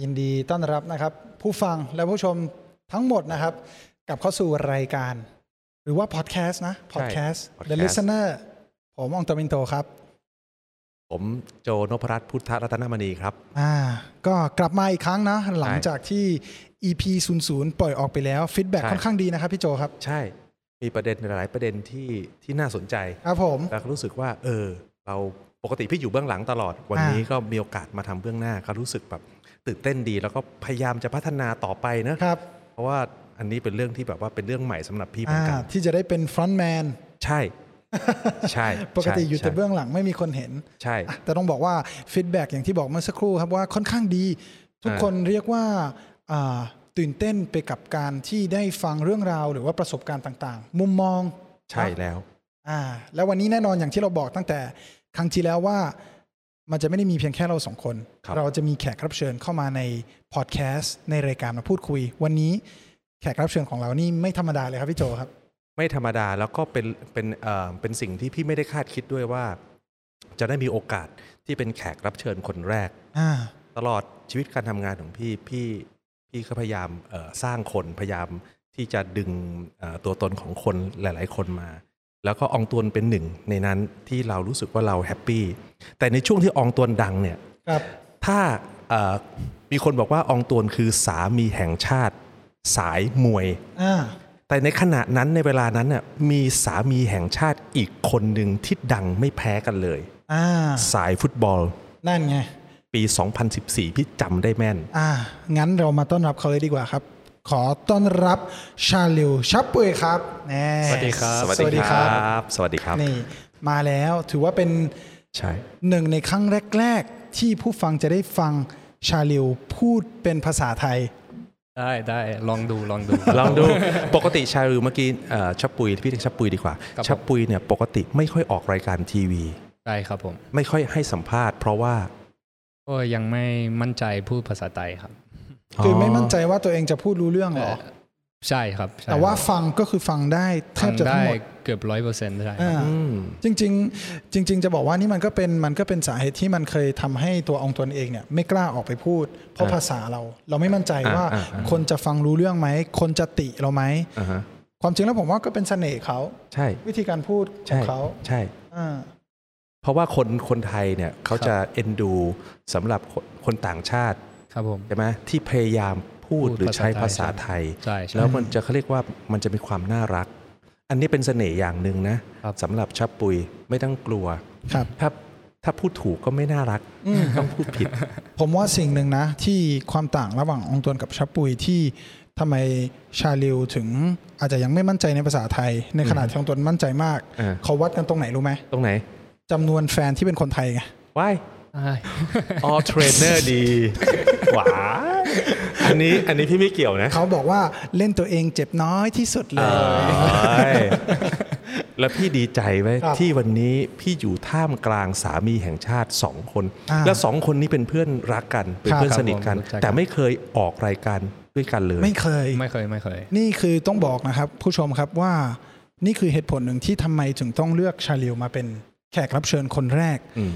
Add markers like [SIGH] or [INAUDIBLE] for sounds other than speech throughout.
ยินดีต้อนรับนะครับ ผู้ฟังและผู้ชมทั้งหมดนะครับกลับเข้าสู่รายการ หรือว่าพอดแคสต์นะพอดแคสต์ The podcast Listener ผมอองตมินโตครับ ผมโจนพรัตน์พุทธรัตนมณีครับ อ่าก็กลับมาอีกครั้งนะ หลังจากที่ EP 0 0 ปล่อยออกไปแล้วฟีดแบ็ ใช่ ค่อนข้างดีนะครับพี่โจครับ ใช่มีประเด็นหลายๆประเด็นที่ที่น่าสนใจ ครับผม แล้วก็รู้สึกว่า เออ เราปกติพี่อยู่เบื้องหลังตลอด วัน อ่า นี้ก็มีโอกาสมาทำเบื้องหน้า ก็รู้สึกแบบตื่นเต้นดี แล้วก็พยายามจะพัฒนาต่อไปนะ ครับ เพราะว่าอันนี้เป็นเรื่องที่แบบว่าเป็นเรื่องใหม่สำหรับพี่เหมือ อ่าน กัน ที่จะได้เป็นฟรอนต์แมน ใช่ ใช่ [LAUGHS] ปกติอยู่ ใช่ แต่เบื้องหลังไม่มีคนเห็น ใช่ อ่ะแต่ต้องบอกว่าฟีดแบ็อย่างที่บอกเมื่อสักครู่ครับว่าค่อนข้างดี ทุก อ่า คนเรียกว่าอ่าตื่นเต้นไปกับการที่ได้ฟังเรื่องราว หรือว่าประสบการณ์ต่างๆ มุมมอง ใช่แล้ว อ่าแล้ววันนี้แน่นอนอย่างที่เราบอกตั้งแต่ครั้งที่แล้วว่ามันจะไม่ได้มีเพียงแค่เราสองคน ครับ เราจะมีแขกรับเชิญเข้ามาในพอดแคสต์ในรายการมาพูดคุย วันนี้แขกรับเชิญของเรานี่ไม่ธรรมดาเลยครับพี่โจครับ ไม่ธรรมดาแล้วก็เป็นเป็นเอ่อเป็นสิ่งที่พี่ไม่ได้คาดคิดด้วยว่า จะได้มีโอกาสที่เป็นแขกรับเชิญคนแรก อ่า ตลอดชีวิตการทำงานของพี่พี่พี่ก็พยายามเอ่อสร้างคนพยายามที่จะดึงเอ่อตัวตนของคนหลาย ๆ คนมา แล้วก็อองตวนเป็นหนึ่งในนั้นที่เรารู้สึกว่าเราแฮปปี้แต่ในช่วงที่อองตวนดังเนี่ย ครับ ถ้าเอ่อมีคนบอกว่าอองตวนคือสามีแห่งชาติ สายมวย อ่า แต่ในขณะนั้นในเวลานั้นน่ะมีสามีแห่งชาติอีกคนหนึ่งที่ดังไม่แพ้กันเลย อ่า สายฟุตบอล นั่นไง ปี 2014 พี่จำได้แม่น อ่า งั้นเรามาต้อนรับเขาเลยดีกว่าครับ ขอต้อนรับชาลิวชับเปยครับแน่ สวัสดีครับ สวัสดีครับ สวัสดีครับ นี่ มาแล้วถือว่าเป็น ใช่ หนึ่งในครั้งแรก ๆ ที่ผู้ฟังจะได้ฟังชาลิวพูดเป็นภาษาไทย ได้ได้ลองดูลองดู ลองดู [LAUGHS] ปกติชาลูเมื่อกี้เอ่อชับปุยพี่เรียกชับปุยดีกว่า ครับผม ชับปุยเนี่ยปกติไม่ค่อยออกรายการทีวี ได้ครับผม ไม่ค่อยให้สัมภาษณ์ เพราะว่า ก็ยังไม่มั่นใจพูดภาษาไทยครับ คือไม่มั่นใจว่าตัวเองจะพูดรู้เรื่องหรอ ใช่ครับใช่ แต่ว่า ครับ ฟังก็คือฟังได้แท ฟั บ ง จะทั้ ได้ งหมด เกือบร้อยเปอร์เซ็นต์ได้ครับ อ่า อืม จริง ๆ จริง ๆ จะบอกว่านี่มันก็เป็นมันก็เป็นสาเหตุที่มันเคยทำให้ตัวองค์ตนเองเนี่ยไม่กล้าออกไปพูด เพราะภาษาเรา เราไม่มั่นใจว่าคนจะฟังรู้เรื่องไหมคนจะติเราไหม อ่าฮะ ความจริงแล้วผมว่าก็เป็นเสน่ห์เขา ใช่ วิธีการพูดขอ ใช่ งเขา ใช่ อ่า เพราะว่าคนคนไทยเนี่ยเขาจะเอ็นดูสำหรับคนคนต่างชาติ ครับผม ใช่ไหมที่พยายามพูด พูด หรือใช้ภา ภา ษา ษา ไท ไท ย ย ใช่ใช่ แล้วมันจะเขาเรียกว่ามันจะมีความน่ารัก อันนี้เป็นเสน่ห์อย่างหนึ่งนะครับ สำหรับชับปุยไม่ต้องกลัว ครับ ถ้าถ้าพูดถูกก็ไม่น่ารักต้องพูดผิด ผมว่าสิ่งหนึ่งนะ ที่ความต่างระหว่างองตวนกับชับปุยที่ทำไมชาลิวถึงอาจจะยังไม่มั่นใจในภาษาไทย ในขณะที่องตวนมั่นใจมาก เออ เขาวัดกันตรงไหนรู้ไหม ตรงไหน จำนวนแฟนที่เป็นคนไทยไง ว้าย ใช่ ออเทรนเนอร์ดี ห [LAUGHS] วาอันนี้อันนี้พี่ไม่เกี่ยวนะ เขาบอกว่าเล่นตัวเองเจ็บน้อยที่สุดเล เอย ้ยแล้วพี่ดีใจไว้ ครับ ที่วันนี้พี่อยู่ท่ามกลางสามีแห่งชาติสองคน อ่า แล้วสองคนนี้เป็นเพื่อนรักกันเป็คนรับ เพื่อนสนิทกัน แต่ไม่เคยออกรายการด้วยกันเลย ไม่เคย ไม่เคยไม่เคย นี่คือต้องบอกนะครับผู้ชมครับว่านี่คือเหตุผลหนึ่งที่ทำไมถึงต้องเลือกชาลิวมาเป็นแขกรับเชิญคนแรก อืม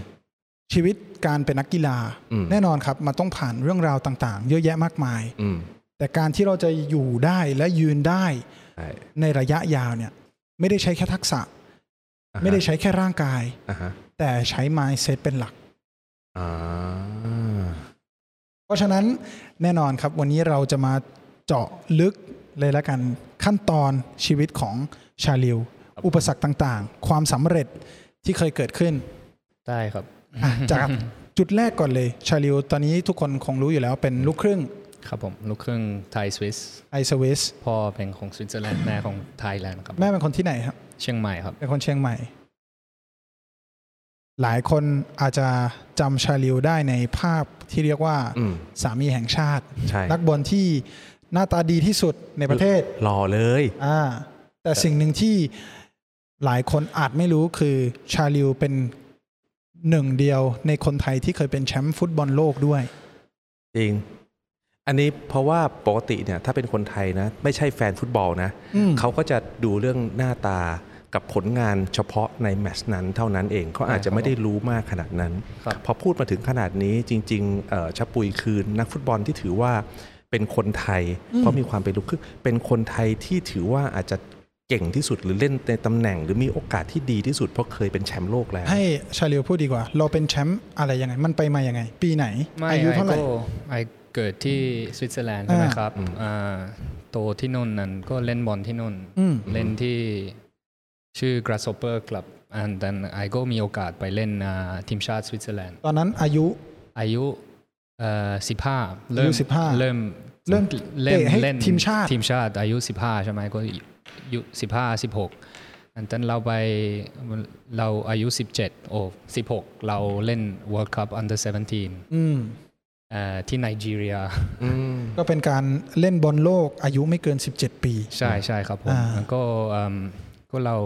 ชีวิตการเป็นนักกีฬา อืม แน่นอนครับมันต้องผ่านเรื่องราวต่างๆ เยอะแยะมากมาย อืม แต่การที่เราจะอยู่ได้และยืนได้ ใช่ ในระยะยาวเนี่ยไม่ได้ใช้แค่ทักษะ อ่าฮะ ไม่ได้ใช้แค่ร่างกาย อ่าฮะ แต่ใช้ mindset เป็นหลัก อ่า เพราะฉะนั้นแน่นอนครับวันนี้เราจะมาเจาะลึกเลยละกันขั้นตอนชีวิตของชาลิว อุปสรรคต่างๆ ความสำเร็จที่เคยเกิดขึ้น ได้ครับ อ่ะจากจุดแรกก่อนเลย ชาลิวตอนนี้ทุกคนคงรู้อยู่แล้วเป็นลูกครึ่ง ครับผมลูกครึ่งไทยสวิส ไอซ์วิส พ่อเป็นของสวิตเซอร์แลนด์แม่ของไทยแลนด์ครับ แม่เป็นคนที่ไหนครับ เชียงใหม่ครับ เป็นคนเชียงใหม่ หลายคนอาจจะจำชาลิวได้ในภาพที่เรียกว่า อืม สามีแห่งชาติ ใช่ นักบอลที่หน้าตาดีที่สุดในประเทศ หล่อเลย อ่าแต่สิ่งหนึ่งที่หลายคนอาจไม่รู้คือชาลิวเป็นหนึ่งเดียวในคนไทยที่เคยเป็นแชมป์ฟุตบอลโลกด้วย จริง อันนี้เพราะว่าปกติเนี่ย ถ้าเป็นคนไทยนะ ไม่ใช่แฟนฟุตบอลนะ อืม เขาก็จะดูเรื่องหน้าตา กับผลงานเฉพาะในแมตช์นั้นเท่านั้นเองเขาอาจจะไม่ได้รู้มากขนาดนั้น ครับ พอพูดมาถึงขนาดนี้จริงๆเอ่อชะปุยคือนักฟุตบอลที่ถือว่าเป็นคนไทย เพราะมีความเป็นลูกครึ่งเป็นคนไทยที่ถือว่าอาจจะเก่งที่สุดหรือเล่นในตำแหน่ง หรือมีโอกาสที่ดีที่สุดเพราะเคยเป็นแชมป์โลกแล้ว ให้ชาลิวพูดดีกว่า เราเป็นแชมป์อะไรยังไง มันไปมายังไง ปีไหน ไม่ อายุ ไอ เท่าไหร่ ก็ไอเกิดที่สวิตเซอร์แลนด์ใช่ไหม อ่า ครับอ่าโตที่นู่นนั่นก็เล่นบอลที่นู่น อืม เล่นที่ชื่อ Grasshopper Club อันนั้นไอก็มีโอกาสไปเล่นอ่าทีมชาติสวิตเซอร์แลนด์ ตอนนั้นอายุ อายุสิบห้า อายุ15 เริ่ม เริ่ม เล่น เตะให้ เล่น ทีมชาติ ทีมชาติอายุสิบห้าใช่ไหมก็อายุสิบห้าสิบหกอันนั้นเราไปเราอายุสิบเจ็ดโอ้สิบหกเราเล่น World Cup Under 17 อืม เอ่อที่ไนจีเรีย ก็เป็นการเล่นบอลโลกอายุไม่เกิน 17 ปี ใช่ใช่ครับผม อ่า แล้วก็อืมก็เรา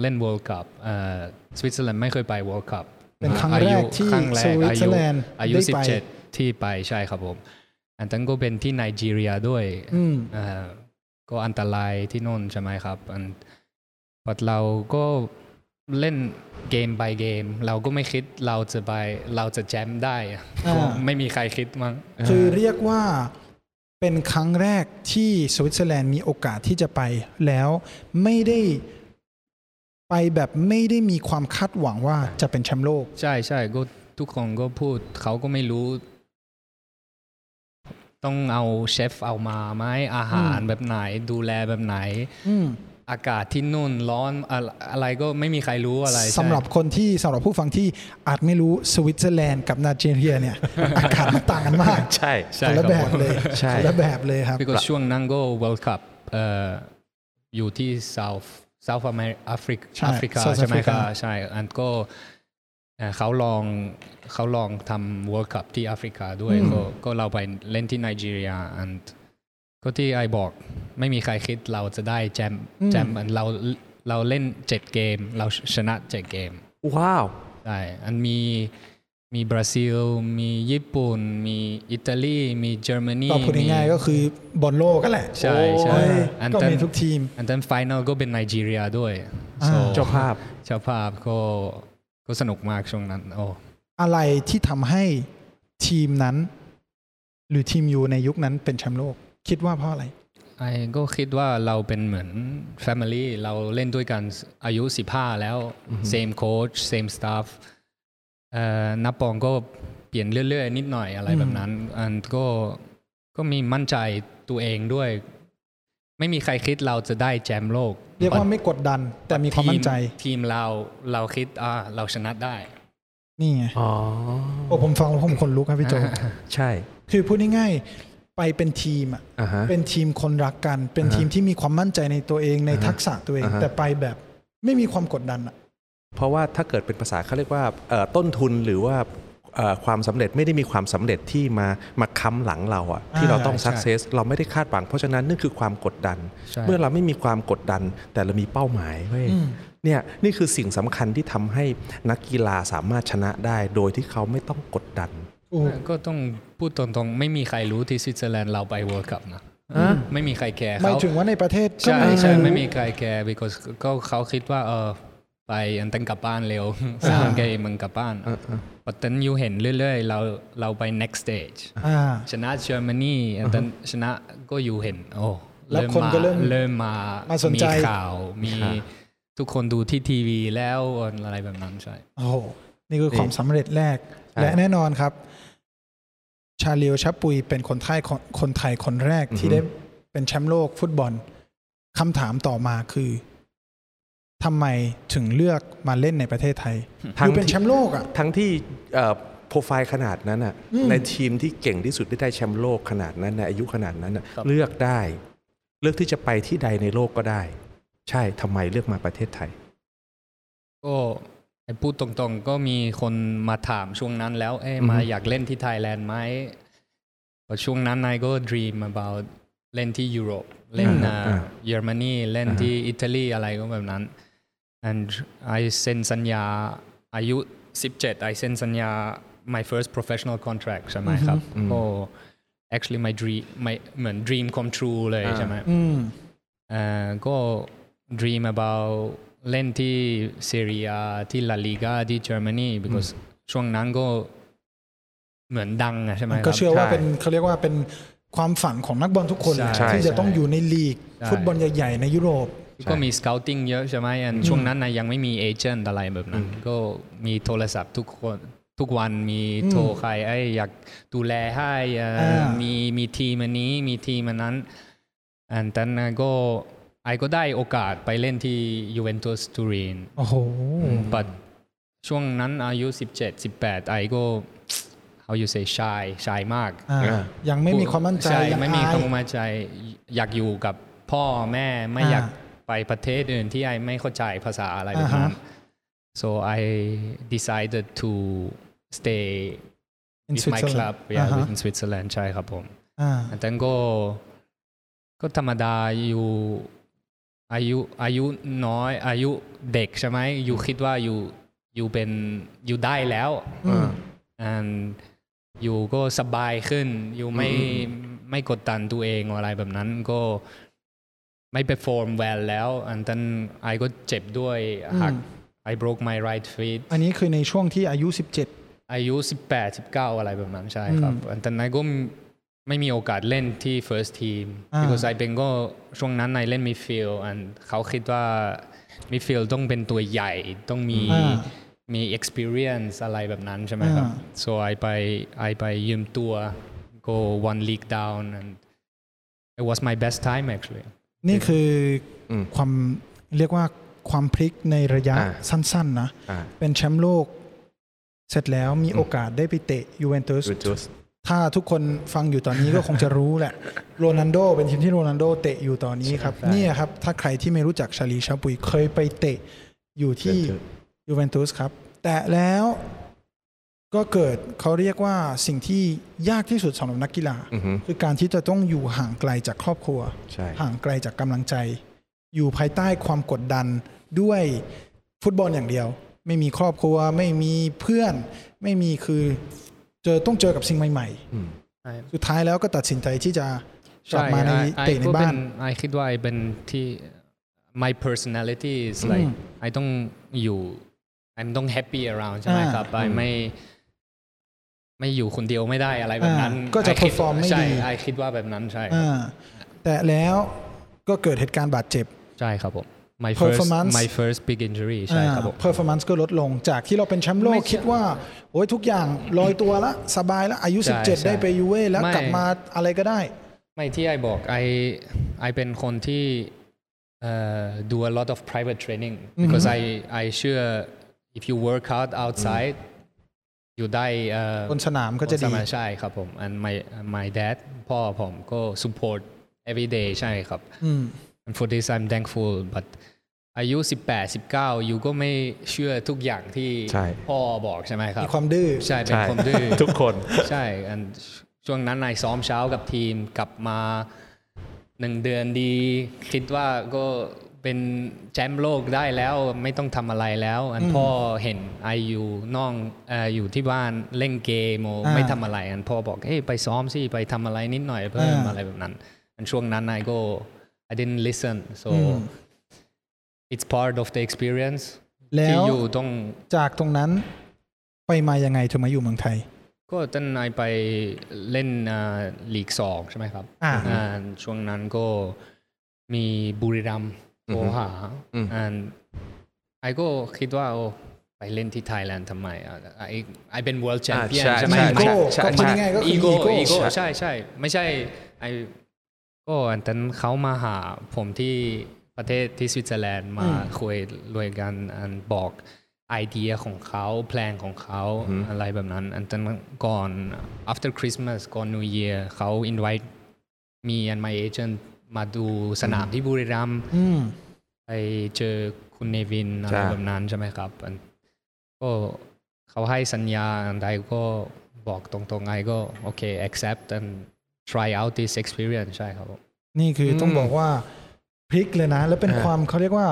เล่น World Cup เอ่อสวิตเซอร์แลนด์ไม่เคยไป World Cup เป็นครั้ง อา แร ยุ กที่ ครั้งแร ส ก วิต อา เซอ ยุ ร์แลนด์ อายุ ได้ สิบ ไป เจ็ดที่ไปใช่ครับผม อันนั้นก็เป็นที่ไนจีเรียด้วย อืม เอ่อก็อันตรายที่โน่นใช่ไหมครับอันพอเราก็เล่นเกม by เกม เราก็ไม่คิดเราจะไปเราจะแจมป์ได้อะ อ่า ไม่มีใครคิดมั้ง คือเรียกว่าเป็นครั้งแรกที่สวิตเซอร์แลนด์มีโอกาสที่จะไปแล้วไม่ได้ไปแบบไม่ได้มีความคาดหวังว่าจะเป็นแชมป์โลก ใช่ใช่ก็ทุกคนก็พูดเขาก็ไม่รู้ ต้องเอาเชฟเอามาไหมอาหารแบบไหน ดูแลแบบไหน อืม อากาศที่นู่นร้อนอะไรอะไรก็ไม่มีใครรู้อะไรใช่ สำหรับคนที่สำหรับผู้ฟังที่อาจไม่รู้สวิตเซอร์แลนด์กับนาจีเรียเนี่ย อากาศมันต่างกันมาก ใช่ ใช่ คน ค ละ รับ แบบ ผม เลย ใช่ คนละแบบเลยครับ ก็ช่วงนั้นก็ World Cup เอ่ออยู่ที่ South South America แอฟริก ใช่ แอฟริกา South ใช่ไหมค Africa รับใช่ อันก็เอ่อเขาลองเขาลองทำ World Cup ที่แอฟริกาด้วยก็ก็เราไปเล่นที่ไนจีเรียอันก็ที่ไอบอกไม่มีใครคิดเราจะได้แจมป์ อืม แจมป์อันเราเราเล่นเจ็ดเกม เราชนะเจ็ดเกม ว้าว ใช่ อันมีมีบราซิล มีญี่ปุ่น มีอิตาลี มีเยอรมนี ก็พูดง่ายๆก็คือบอลโลกกันแหละ ใช่ใช่ โอ้ย อัน ก็ นั้น มีทุกทีม อันนั้นไฟนอลก็เป็นไนจีเรียด้วย อ่า So เจ้าภาพ เจ้าภาพก็ก็สนุกมากช่วงนั้น โอ้ อะไรที่ทำให้ทีมนั้น หรือทีมยูในยุคนั้นเป็นแชมป์โลก คิดว่าเพราะอะไร ไอ้ก็คิดว่าเราเป็นเหมือน Family เราเล่นด้วยกันอายุ 15 แล้ว same coach same staff เอ่อนับปองก็เปลี่ยนเรื่อยๆ นิดหน่อยอะไรแบบนั้น อันก็ก็มีมั่นใจตัวเองด้วย ไม่มีใครคิดเราจะได้แชมป์โลก เรียกว่าไม่กดดัน แต่มีความมั่นใจ ทีทีมเราเราคิดอ่าเราชนะได้ นี่ไง อ๋อ โอ้ผมฟังแล้วผมขนลุกครับพี่โจ ใช่ คือพูดง่ายๆไปเป็นทีมอะ อ่าฮะ เป็นทีมคนรักกัน เป็นทีมที่มีความมั่นใจในตัวเองในทักษะตัวเอง อ่าฮะ แต่ไปแบบไม่มีความกดดันอะ เพราะว่าถ้าเกิดเป็นภาษาเขาเรียกว่าเอ่อต้นทุนหรือว่าเอ่อความสำเร็จไม่ได้มีความสำเร็จที่มามาค้ำหลังเราอะที่เราต้อง ใช่ สักเซสเราไม่ได้คาดหวังเพราะฉะนั้นนั่นคือความกดดัน ใช่ เมื่อเราไม่มีความกดดันแต่เรามีเป้าหมายเว้ยเนี่ยนี่คือสิ่งสำคัญที่ทำให้นักกีฬาสามารถชนะได้โดยที่เขาไม่ต้องกดดัน อืม ก็ต้องพูดตรงๆ ไม่มีใครรู้ที่สวิตเซอร์แลนด์เราไปเวิร์คับนะไม่มีใครแคร์ หมาย เขา ถึงว่าในประเทศก็ ใช่ ไม่มีใคร ใช่ รู้ ไม่มีใครแคร์ because ก็เขาคิดว่าเออไปอันตันกลับบ้านเร็ว [LAUGHS] สามเกมมึงกลับบ้านปัตตันยูเห็นเรื่อยๆ เราเราไป next stage อ่า ชนะเยอรมนีอันตันชนะก็อยู่เห็น โอ้ แล้วคนก็เริ่ม เริ่มมา มาสนใจ ข่าวมีทุกคนดูที่ทีวีแล้วอะไรแบบนั้นใช่ โอ้โหนี่คือความสำเร็จแรก ใช่ และแน่นอนครับ ชาลิวชับปุยเป็นคนไทยคนคนไทยคนแรกที่ อือฮึ ได้เป็นแชมป์โลกฟุตบอลคำถามต่อมาคือทำไมถึงเลือกมาเล่นในประเทศไทย ทั้ คื ง อเป็น ที่ แชมป์โลกอ่ะ ทั้งที่เอ่อโปรไฟล์ขนาดนั้นอะในทีมที่เก่งที่สุดที่ได้แชมป์โลกขนาดนั้นนะอายุขนาดนั้นนะครับ เลือกได้ เลือกที่จะไปที่ใดในโลกก็ได้ ใช่ทำไมเลือกมาประเทศไทย ก็ไอ้พูดตรงๆ ก็มีคนมาถามช่วงนั้นแล้ว เอ้ยมาอยากเล่นที่ไทยแลนด์ไหมพอช่วงนั้นนายก็ dream about เล่นที่ยุโรป เล่น อ่า อ่า อ่า เยอรมนี เล่นที่อิตาลีอะไรก็แบบนั้น and I เซ็นสัญญาอายุ 17 I เซ็นสัญญา my first professional contract ใช่ไหมครับก็ actually my dream my เหมือน dream come true เลยใช่ไหม อืม เอ่อก็ dream about เล่นที่ซีเรียที่ลาลีกาที่เยอรมนี because ช่วงนั้นก็เหมือนดังอะใช่ไหมค ก็ รับ เชื่อว่า ใช่ เป็นเขาเรียกว่าเป็นความฝันของนักบอลทุกคน ใช่ นะ ใช่ ที่จะต้อง ใช่ อยู่ในลีก ใช่ ฟุตบอลใหญ่ๆในยุโรป ก็มี scouting เยอะใช่ไหม and ช่วงนั้นนะยังไม่มีเอเจนต์อะไรแบบนั้น ก็มีโทรศัพท์ทุกคนทุกวันมีโทรใครไอ้ยอยากดูแลให้เอ่ออา มี มีมีทีมอันนี้มีทีมอันนั้น and then นะก็ไอก็ได้โอกาสไปเล่นที่ Juventus Turin โอ้โห but ช่วงนั้นอายุ 17 18 ไอก็ how you say shy shy มาก อ่า อ่ายั ยังไม่มีความมั่นใจ ช่ ยัง ไม่มี อาย ความมั่นใจอยากอยู่กับพ่อแม่ไม่ อ่า อยากไปประเทศอื่นที่ไอไม่เข้าใจภาษาอะไรแบบ อ่า นั้ ฮะ น so I decided to stay in with my Switzerland club อ่า yeah ฮะ with in Switzerland ใช่ครับผม อ่า แต่ก็ก็ธรรมดาอยู่อายุอายุน้อยอายุเด็กใช่ไหมอยู่คิดว่าอยู่อยู่เป็นอยู่ได้แล้ว อืม and อยู่ก็สบายขึ้น อยู่ไม่ไม่กดดันตัวเองอะไรแบบนั้นก็ไม่ perform well แล้ว and then ไอก็เจ็บด้วยหัก อืม I broke my right foot อันนี้คือในช่วงที่อายุ อายุ 18 19 อะไรแบบนั้นใช่ครับ อืม and then ไอก็ไม่มีโอกาสเล่นที่ first team อ่า because ไอเป็นก็ช่วงนั้นไอเล่น midfield and เขาคิดว่า midfield ต้องเป็นตัวใหญ่ต้องมี อ่า มี experience อะไรแบบนั้นใช่ไหมครับ อ่า so I ไป I ไปยืมตัว go one league down and it was my best time actually 17 นี่คืออ ม ความเรียกว่าความพลิกในระยะ อ่า สั้นๆนะ อ่า เป็นแชมป์โลก เสร็จแล้วมีโอกาสได้ไปเตะยูเวนตุส Juventus ถ้าทุกคนฟังอยู่ตอนนี้ก็คงจะรู้แหละ โรนันโดเป็นทีมที่โรนันโดเตะอยู่ตอนนี้ครับ ใช่ เนี่ยครับ ถ้าใครที่ไม่รู้จักชาลีชาปุยเคยไปเตะอยู่ที่ Juventus ยูเวนตุสครับ แต่แล้วก็เกิดเขาเรียกว่าสิ่งที่ยากที่สุดสำหรับนักกีฬา อือฮึ คือการที่จะต้องอยู่ห่างไกลจากครอบครัว ใช่ ห่างไกลจากกำลังใจ อยู่ภายใต้ความกดดันด้วยฟุตบอลอย่างเดียว ไม่มีครอบครัว ไม่มีเพื่อน ไม่มีคือเจอต้องเจอกับสิ่งใหม่ อืม ๆ สุดท้ายแล้วก็ตัดสินใจที่จะกลับมาใน ไอ้ เตะใน ก็เป็ บ้าน ไอคิดว่าไอเป็นที่ my personality is like ไอต้องอยู่ I'm ต้อง happy around ใช่ไหม อ่า ครับไอไม่ ไม่อยู่คนเดียวไม่ได้อะไรแบบนั้น อ่าก็จะ ไคิ perform ไม่ ใช่ ดี ไอคิดว่าแบบนั้นใช่ครับ อ่าแต่แล้วก็เกิดเหตุการณ์บาดเจ็บ ใช่ครับผม my first Performance my first big injury ใช่ครับผม เพอร์ฟอร์แมนซ์ก็ลดลงจากที่เราเป็นแชมป์โลกไม่ใช่ คิดว่า โอ้ยทุกอย่างลอยตัวละ สบายละอายุ ใช่ใช่ 17 ได้ไปยูเว่แล้ว ไม่ กลับมาอะไรก็ได้ ไม่ที่ไอบอกไอไอเป็นคนที่เอ่อ do a lot of private training because I I เชื่อ if you work out outside อยู่ได้เอ่อบ นสนามก็จะ บ ดี นสมาใช่ครับผม and my my dad พ่อผมก็ support every day ใช่ครับ อืม and for this I'm thankful but อายุ 18 19 อยู่ก็ไม่เชื่อทุกอย่างที่ ใช่ พ่อบอกใช่ไหมครับ มีความดื้อ ใช่ เป็นคนดื้อ ทุกคน ใช่ อันช่วงนั้นนายซ้อมเช้ากับทีมกลับมาหนึ่งเดือนดี คิดว่าก็เป็นแชมป์โลกได้แล้วไม่ต้องทำอะไรแล้ว อันพ่อเห็นไออยู่น้องเอ่ออยู่ที่บ้านเล่นเกมโม อ่า ไม่ทำอะไร อันพ่อบอกเฮ้ยไปซ้อมสิ ไปทำอะไรนิดหน่อยเพิ่ม อ่า อะไรแบบนั้น อันช่วงนั้นนายก็ I didn't listen so อืม it's part of the experience แล้ ที่ ว อยู่ต้อง จากตรงนั้นไปมายังไงถึงมาอยู่เมืองไทย ก็ท่านนายไปเล่นอ่าลีกสองใช่ไหมครับ อ่า อ่าช่วงนั้นก็มีบุรีรัมย์โทรหา อืม อ่าไอก็คิดว่าโอ้ไปเล่นที่ไทยแลนด์ทำไมอ่ะไอไอเป็น world อ่า champion ใช่ ใช่ไหมอีใช่โก้ ใช่ ก็ ใช่ พูดง่ายๆก็คือ อี อี โก้ โก้ อีโก้ใช่ใช่ไม่ใช่ไอก็อันนั้นเขามาหาผมที่ประเทศที่สวิตเซอร์แลนด์มาคุยรวยกันอันบอกไอเดียของเขาแพลนของเขาอะไรแบบนั้น อันนั้นก่อน after Christmas ก่อน New Year เขา invite me and my agent มาดูสนามที่บุรีรัมย์ อืม ไปเจอคุณเนวินอะไร ใช่ แบบนั้นใช่ไหมครับอันก็เขาให้สัญญาอันใดก็บอกตรงๆไงก็โอเค accept and try out this experience ใช่ครับผม นี่คืออ ม ต้องบอกว่าพลิกเลยนะ แล้วเป็น อ่า ความเขาเรียกว่า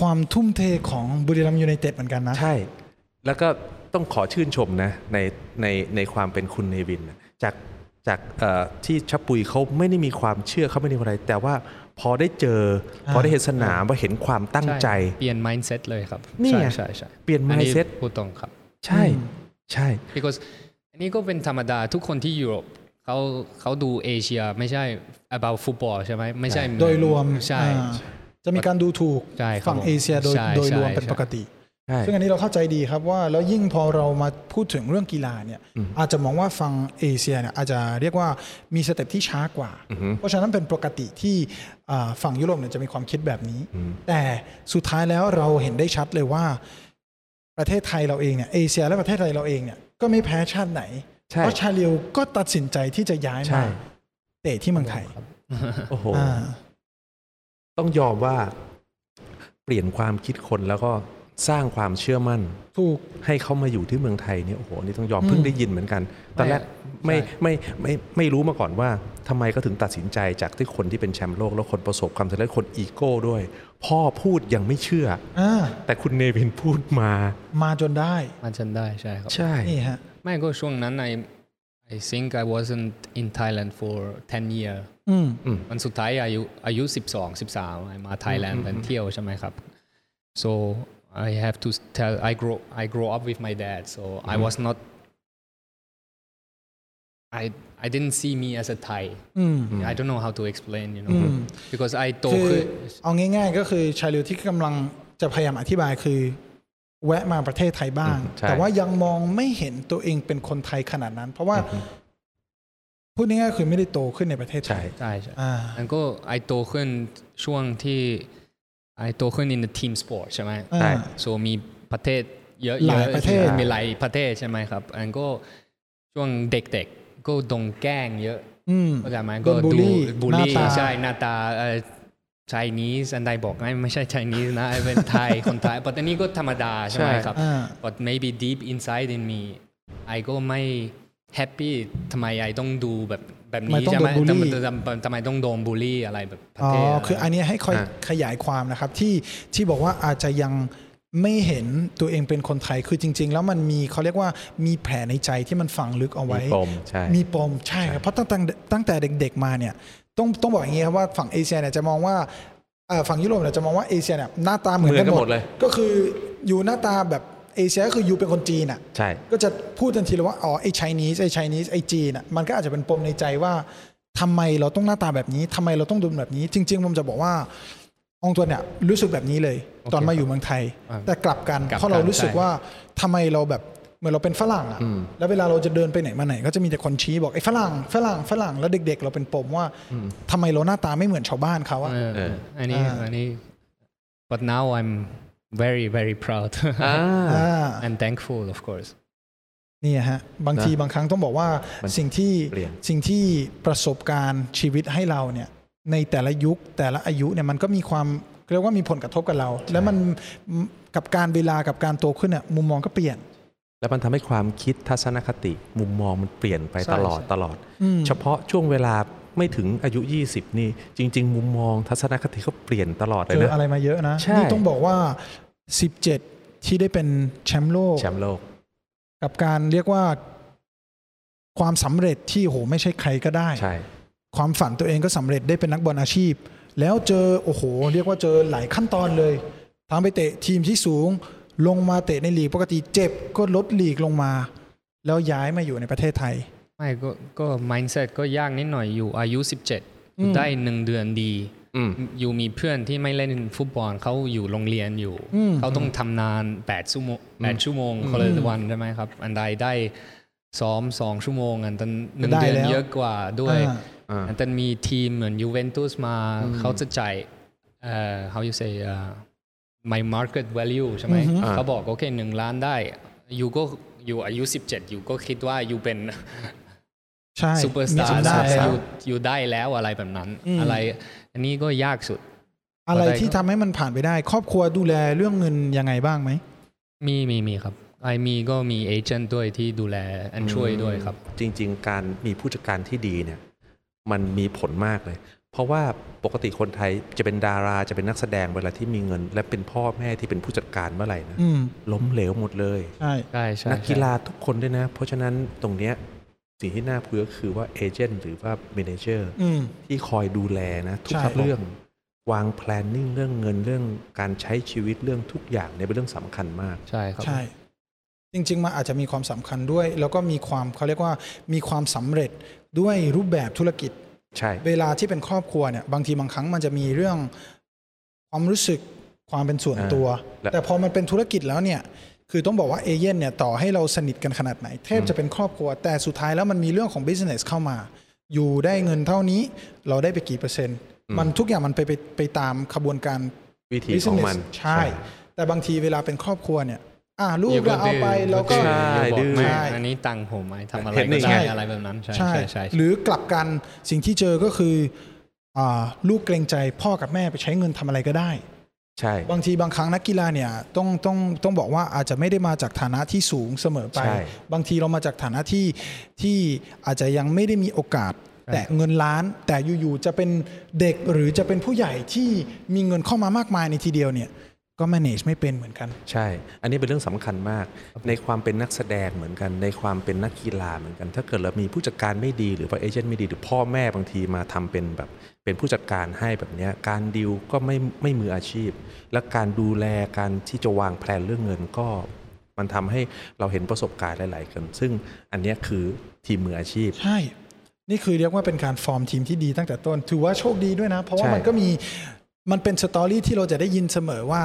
ความทุ่มเทของบุรีรัมย์ยูไนเต็ดเหมือนกันนะ ใช่ แล้วก็ต้องขอชื่นชมนะในในในความเป็นคุณเนวินน่ะจาก จากเอ่อที่ชะปุยเขาไม่ได้มีความเชื่อเขาไม่ได้มีอะไร แต่ว่าพอได้เจอ พอได้เห็นสนามพอเห็นความตั้งใจ เปลี่ยน mindset เลยครับ นี่ไง ใช่ใช่ใช่ เปลี่ยน อันนี้ mindset พูดตรงครับ ใช่ใช่ because อันนี้ก็เป็นธรรมดาทุกคนที่ยุโรปเขาเขาดูเอเชียไม่ใช่ about football ใช่ไหมไม่ใช่เหมือน โดยรวม ใช่ อ่าจะมีการดูถูก ใช่ครับ ฝั่ง ผม เอเชียโดย ใช่ โดยรวม ใช่ เป็น ใช่ ปกติ ใช่ ซึ่งอันนี้เราเข้าใจดีครับว่าแล้วยิ่งพอเรามาพูดถึงเรื่องกีฬาเนี่ยอาจจะมองว่าฝั่งเอเชียเนี่ยอาจจะเรียกว่ามีสเต็ปที่ช้ากว่า เพราะฉะนั้นเป็นปกติที่อ่าฝั่งยุโรปเนี่ยจะมีความคิดแบบนี้ แต่สุดท้ายแล้วเราเห็นได้ชัดเลยว่า ประเทศไทยเราเองเนี่ยเอเชียและประเทศไทยเราเองเนี่ยก็ไม่แพ้ชาติไหน ใช่ เพราะชาเลียวก็ตัดสินใจที่จะย้าย ใช่ มาเตะที่เมืองไทย โอ้โห อ่า ต้องยอมว่าเปลี่ยนความคิดคนแล้วก็สร้างความเชื่อมั่น ถูก ให้เขามาอยู่ที่เมืองไทยเนี่ยโอ้โหนี่ต้องยอม อืม เพิ่งได้ยินเหมือนกัน ตอนแรกไม่ไม่ไม่ไม่ไม่รู้มาก่อนว่าทำไมเขาถึงตัดสินใจจากที่คนที่เป็นแชมป์โลก แล้วคนประสบความสำเร็จคนอีโก้ด้วย พ่อพูดยังไม่เชื่อ อ่า แต่คุณเนวินพูดมา มาจนได้ มันฉันได้ใช่ครับ ใช่ นี่ฮะ ไม่ก็ช่วงนั้น I I think I wasn't in Thailand for 10 year อืม มันสุดท้ายอายุอายุ 12 13 I มา Thailand เป็นเที่ยวใช่ไหมครับ so I have to tell I grow I grow up with my dad so I was not I I didn't see me as a Thai อืม I don't know how to explain you อื know ม because I โต คือ ขึ้น เอาง่ายๆก็คือชายเลียวที่กำลังจะพยายามอธิบายคือ แวะมาประเทศไทยบ้าง อืมใช่ แต่ว่ายังมองไม่เห็นตัวเองเป็นคนไทยขนาดนั้น เพราะว่าพูดง่ายๆคือไม่ได้โตขึ้นในประเทศไท ใช่ ย ใช่ใช่ อ่า แล้วก็ I โตขึ้นช่วงที่ I โตขึ้น in the team sport ใช่ไหม ใช่ so มีประเทศเยอะ หลาย อ ประเทศ มีหลายประเทศใช่ไหมครับอันก็ช่วงเด็กๆ ก็โดนแกล้งเยอะ อืม เข้าใจไหม โด ก็ นบูลลี่ บูลลี่ หน้าตา ใช่หน้าตาเอ่อชายนี้สันไดบอกไงไม่ใช่ชายนี้นะเป็นไทย คนไทยแต่อันนี้ก็ธรรมดาใช่ไหม ใช่ ครับ อ่า but maybe deep inside in me I ก็ไม่แฮปปี้ทำไมไอต้องดูแบบแบบ ไม่ นี้ ต้อง ใช่ไหม โดนบูลลี่ ทำไมทำไมทำไมต้องโดนบูลลี่อะไรแบบประ อ๋อ เทศะไร คืออันนี้ให้ค่อย อ่า ขยายความนะครับที่ที่บอกว่าอาจจะยังไม่เห็นตัวเองเป็นคนไทยคือจริง ๆ แล้วมันมีเขาเรียกว่ามีแผลในใจที่มันฝังลึกเอาไว้ มีปมใช่ มีปมใช่ครับเพราะตั้งแต่ตั้งแต่เด็ก ๆ มาเนี่ยต้องต้องบอกอย่างนี้ครับว่าฝั่งเอเชียเนี่ยจะมองว่าเอ่อฝั่งยุโรปเนี่ยจะมองว่าเอเชียเนี่ยหน้าตาเหมือน เหมื กั อน น กัหนห ม มด ด เลย ก็คืออยู่หน้าตาแบบเอเชียก็คืออยู่เป็นคนจีนอ่ะ ใช่ ก็จะพูดทันทีเลยว่าอ๋อไอ้ไชนีสไอ้ไชนีสไอ้จีนอ่ะมันก็อาจจะเป็นปมในใจว่าทำไมเราต้องหน้าตาแบบนี้ทำไมเราต้องดูแบบนี้ จริง ๆ ผมจะบอกว่าองตัวเนี่ยรู้สึกแบบนี้เลย ตอนมาอยู่เมืองไทย อ่า แต่กลับกัน กลับ เพราะเรา กัน รู้สึก ใช่ ว่าทำไมเราแบบเหมือนเราเป็นฝรั่งอ่ะ แล้วเวลาเราจะเดินไปไหนมาไหน ก็จะมีแต่คนชี้บอกไอ้ฝรั่งฝรั่งฝรั่งแล้วเด็ก ๆ เราเป็นปมว่าทำไมเราหน้าตาไม่เหมือนชาวบ้านเขาอะ เออ เออ อันนี้ อ่า อันนี้ but now I'm very very proud [LAUGHS] อ่า อ่า and thankful of course นี่ฮะบางทีบางครั้งต้องบอกว่าสิ่งที่ เปลี่ยน สิ่งที่ประสบการณ์ชีวิตให้เราเนี่ยในแต่ละยุคแต่ละอายุเนี่ยมันก็มีความเรียกว่ามีผลกระทบกับเรา แล้วมันกับการเวลากับการโตขึ้นเนี่ยมุมมองก็เปลี่ยน แล้วมันทำให้ความคิดทัศนคติมุมมองมันเปลี่ยนไป ใช่ ตลอด ใช่ ตลอด เฉพาะช่วงเวลาไม่ถึงอายุ 20 นี่ จริง ๆ มุมมองทัศนคติเขาเปลี่ยนตลอดเล เจ ย อ นะ อะไรมาเยอะนะ ใช่ นี่ต้องบอกว่า 17 ที่ได้เป็นแชมป์โลก แชมป์โลก กับการเรียกว่าความสำเร็จที่โหไม่ใช่ใครก็ได้ ใช่ ความฝันตัวเองก็สำเร็จได้เป็นนักบอลอาชีพ แล้วเจอโอ้โห เรียกว่าเจอหลายขั้นตอนเลยทั้งไปเตะทีมที่สูง ลงมาเตะในลีกปกติเจ็บก็ลดลีกลงมา แล้วย้ายมาอยู่ในประเทศไทย ไม่ก็ก็ mindset ก็ยากนิดหน่อยอยู่อายุ 17 ได้หนึ่งเดือนดี อืม อยู่มีเพื่อนที่ไม่เล่นฟุตบอลเขาอยู่โรงเรียนอยู่ อืม เขาต้องทำนาน8ชั่วโมง8ชั่วโมงคนละวันใช่ไหมครับ อันใดได้ซ้อม 2 ชั่วโมง อันตันหนึ่งเดือได้นแล้ว เยอะกว่าด้วย อ่า อ่า อันตันมีทีมเหมือนยูเวนตุสมาเขาจะจ่ายเอ่อ how you say เอ่อ my market value ใช่ไหมเขาบอกโอเคหนึ่งล้านได้อยู่ก็อยู่อายุ 17 อยู่ก็คิดว่าอยู่เป็น ใช่ ซูเปอร์สมีตาร์ จำได้ แล้ว แล้ว อยู่อยู่ได้แล้วอะไรแบบนั้น อืม อะไร อันนี้ก็ยากสุด อะไรที่ทำให้มันผ่านไปได้ ครอบครัวดูแลเรื่องเงินยังไงบ้างไหม มีมีมีครับไอมีก็มีเอเจนต์ด้วยที่ดูแลอันช่วยด้วยครับ จริง ๆ การมีผู้จัดการที่ดีเนี่ย มันมีผลมากเลย เพราะว่าปกติคนไทยจะเป็นดาราจะเป็นนักแสดงเวลาที่มีเงิน และเป็นพ่อแม่ที่เป็นผู้จัดการเมื่อไหร่นะ อืม ล้มเหลวหมดเลย ใช่ ใช่ใช่ นักกีฬาทุกคนด้วยนะ เพราะฉะนั้นตรงเนี้ย สิ่งที่น่าพูดก็คือว่าเอเจนต์หรือว่าเมเนเจอร์ อืม ที่คอยดูแลนะทุก ใช่ เรื่อง วางแพลนนิ่งเรื่องเงินเรื่องการใช้ชีวิตเรื่องทุกอย่างเนี่ยเป็นเรื่องสำคัญมาก ใช่ครับ ใช่ จริง ๆ มันอาจจะมีความสำคัญด้วย แล้วก็มีความเขาเรียกว่ามีความสำเร็จด้วยรูปแบบธุรกิจ ใช่ เวลาที่เป็นครอบครัวเนี่ยบางทีบางครั้งมันจะมีเรื่องความรู้สึกความเป็นส่วนตัว แต่พอมันเป็นธุรกิจแล้วเนี่ยคือต้องบอกว่าเอเย่นเนี่ยต่อให้เราสนิทกันขนาดไหนแทบจะเป็นครอบครัว แต่สุดท้ายแล้วมันมีเรื่องของ business เข้ามา อยู่ได้เงินเท่านี้เราได้ไปกี่เปอร์เซ็นต์ มันทุกอย่างมันไปไปไปตามขบวนการ วิธีของ business มัน ใช่ แต่บางทีเวลาเป็นครอบครัวเนี่ยอ่าลูก อยู่ ก็เอาไปแล้วก็ ดื้อ ใช่ อยู่บอก ดื้อ ไม่ ใช่ อันนี้ตังค์ผมไอ้ทำอะไร เห็นหนึ่ ก็ ง ได้ ไง อะไรแบบนั้นใช่ ใช่ ใช่ใช่ หรือกลับกันสิ่งที่เจอก็คืออาลูกเกรงใจพ่อกับแม่ไปใช้เงินทำอะไรก็ได้ ใช่ บางทีบางครั้งนักกีฬาเนี่ยต้องต้องต้องบอกว่าอาจจะไม่ได้มาจากฐานะที่สูงเสมอไป ใช่ บางทีเรามาจากฐานะที่ที่อาจจะยังไม่ได้มีโอกาส แต่เงินล้าน แต่อยู่ๆจะเป็นเด็กหรือจะเป็นผู้ใหญ่ที่มีเงินเข้ามามากมายในทีเดียวเนี่ยก็ manage ไม่เป็นเหมือนกัน ใช่ อันนี้เป็นเรื่องสำคัญมาก ในความเป็นนักแสดงเหมือนกัน ในความเป็นนักกีฬาเหมือนกัน ถ้าเกิดเรามีผู้จัดการไม่ดีหรือว่าเอเจนต์ไม่ดีหรือพ่อแม่บางทีมาทำเป็นแบบ เป็นผู้จัดการให้แบบเนี้ยการดิวก็ไม่ไม่มืออาชีพ และการดูแลการที่จะวางแผนเรื่องเงินก็มันทำให้เราเห็นประสบการณ์หลาย ๆ คน ซึ่งอันเนี้ยคือทีมมืออาชีพ ใช่ นี่คือเรียกว่าเป็นการฟอร์มทีมที่ดีตั้งแต่ต้น ถือว่าโชคดีด้วยนะ เพราะว่า ใช่ มันก็มีมันเป็นสตอรี่ที่เราจะได้ยินเสมอว่า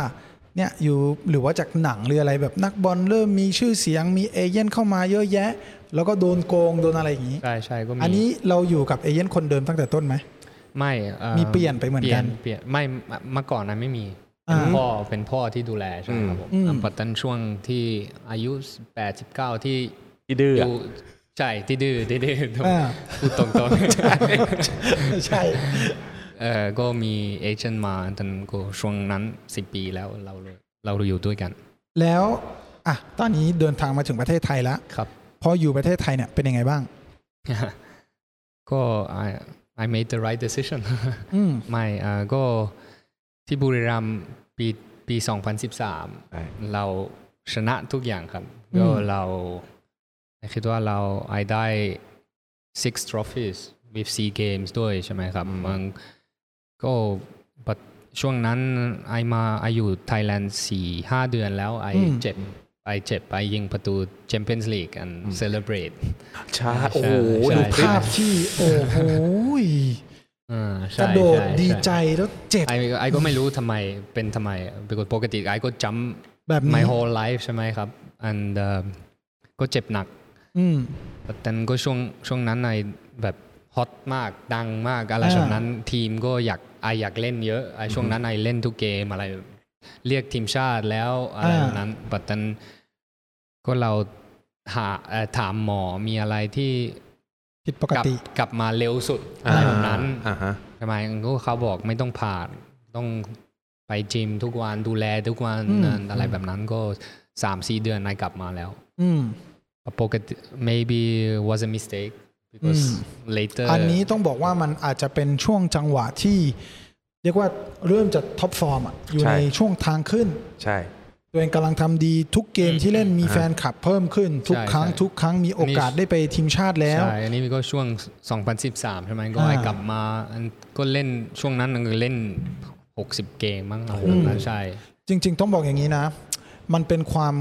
เนี่ยอยู่หรือว่าจากหนังหรืออะไรแบบนักบอลเริ่มมีชื่อเสียงมีเอเย่นเข้ามาเยอะแยะ แล้วก็โดนโกงโดนอะไรอย่างนี้ ใช่ใช่ก็มี อันนี้เราอยู่กับเอเย่นคนเดิมตั้งแต่ต้น [LAUGHS] ไหม ไม่อ่อ มีเปลี่ยนไปเหมือนกัน เปลี่ยนเปลี่ยนไม่เมื่อเมื่อก่อนนะไม่มี อ่า เป็นพ่อเป็นพ่อที่ดูแลใช่ไหมครับผม อืม อ่ะปัตตันช่วงที่อายุ8 19ที่ ที่ดื้อ ดูใช่ที่ดื้อ [LAUGHS] ที่ดื้อ อ่า พูดตรงๆ ใช่ [LAUGHS] เออก็มีเอเจนต์มาตอนก็ช่วงนั้นสิบปีแล้วเราเราอยู่ด้วยกัน แล้วอ่ะตอนนี้เดินทางมาถึงประเทศไทยแล้ว ครับ พออยู่ประเทศไทยเนี่ยเป็นยังไงบ้าง [LAUGHS] ก็ I I made the right decision [LAUGHS] อืม ไม่เออก็ที่บุรีรัมย์ปีปี 2013 ใช่ เราชนะทุกอย่างครับ อืม ก็เราคิดว่าเรา I ได้ six trophies with sea games ด้วยใช่ไหมครับมันก็ but ช่วงนั้นไอมาไออยู่ไทยแลนด์สี่ห้าเดือนแล้วไอ อืม เจ็บไอเจ็บไอยิงประตู Champions League and celebrate ใช่โอ้โห ใช่ ดู ภาพที่โอ้โหย อ่าก ใช่ ระโดด ใช่ ดี ช่ ใจแล้วเจ็บ ไอไอก็ไม่รู้ทำไมเป็นทำไมปกติไอก็จ แบบ ำ นี้ my whole life ใช่ไหมครับ and uh, ก็เจ็บหนัก อืม แต่ก็ช่วงช่วงนั้นในแบบฮอตมากดังมากอะไร อ่า แบบนั้นทีมก็อยากไอะอยากเล่นเยอะไอช่วงนั้นไอเล่นทุกเกมอะไร เรียกทีมชาติแล้วอะไรแบบนั้นแต่ตอนก็เราหาเอ่อถามหมอมีอะไรที่ ผิดปก กลับ ติ กลับมาเร็วสุดอะ อ่า ไรแบบนั้น อ่าฮะ ทำไมก็เขาบอกไม่ต้องผ่านต้องไปจิมทุกวันดูแลทุกวัน อืม อะไรแบบนั้นก็สามสี่เดือนนายกลับมาแล้ว อืม ปกติ maybe was a mistake because อืม later อันนี้ต้องบอกว่ามันอาจจะเป็นช่วงจังหวะที่ เรียกว่าเริ่มจะท็อปฟอร์มอะอยู่ในช่วงทางขึ้น ใช่ ตัวเองกำลังทำดีทุกเกมที่เล่นมีแฟนคลับเพิ่มขึ้น ทุก ใช่ ครั้ง ใช่ ทุกครั้งมีโอกาสได้ไปทีมชาติแล้ว ใช่อันนี้ก็ช่วง 2013 ใช่ไหมก็ อ่า ไอ้กลับมาอันก็เล่นช่วงนั้นก็เล่น 60 เกมมั้งอะไรแบบนั้นใช่ จริง ๆ ต้องบอกอย่างนี้นะ มันเป็นความ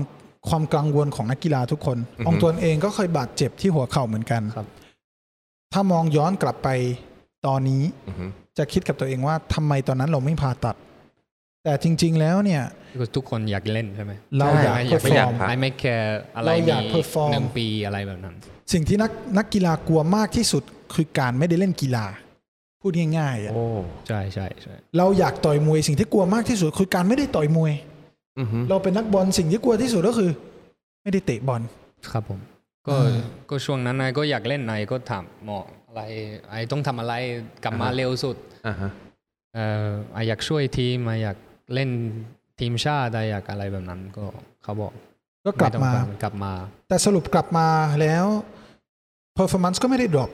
ความกังวลของนักกีฬาทุกคนอองตวนเองก็เคยบาดเจ็บที่หัวเข่าเหมือนกัน ครับ ถ้ามองย้อนกลับไปตอนนี้ อือฮึ จะคิดกับตัวเองว่าทำไมตอนนั้นเราไม่ผ่าตัด แต่จริง ๆ แล้วเนี่ย ก็ทุกคนอยากเล่นใช่ไหม เราอยาก ไม่ เพอร์ฟอร์ม ไอ้ไม่แคร์อะไร เราอยาก มี perform หนึ่งปีอะไรแบบนั้น สิ่งที่นักนักกีฬากลัวมากที่สุดคือการไม่ได้เล่นกีฬา พูดง่ายๆอะ โอ้ ใช่ใช่ใช่ เราอยากต่อยมวยสิ่งที่กลัวมากที่สุดคือการไม่ได้ต่อยมวย อือฮึ เราเป็นนักบอลสิ่งที่กลัวที่สุดก็คือ ไม่ได้เตะบอล ครับผม ก็ อ่า ก็ช่วงนั้นนายก็อยากเล่นนายก็ถามหมออะไรไอ้ต้องทำอะไรกลับมา อ่าฮะ เร็วสุด อ่าฮะ เอ่ออ่ะอยากช่วยทีมอ่ะอยากเล่นทีมชาติอ่ะอยากอะไรแบบนั้นก็เขาบอก ก็กลับ ไต้อง มา รกลับมา แต่สรุปกลับมาแล้ว performance ก็ไม่ได้ดรอป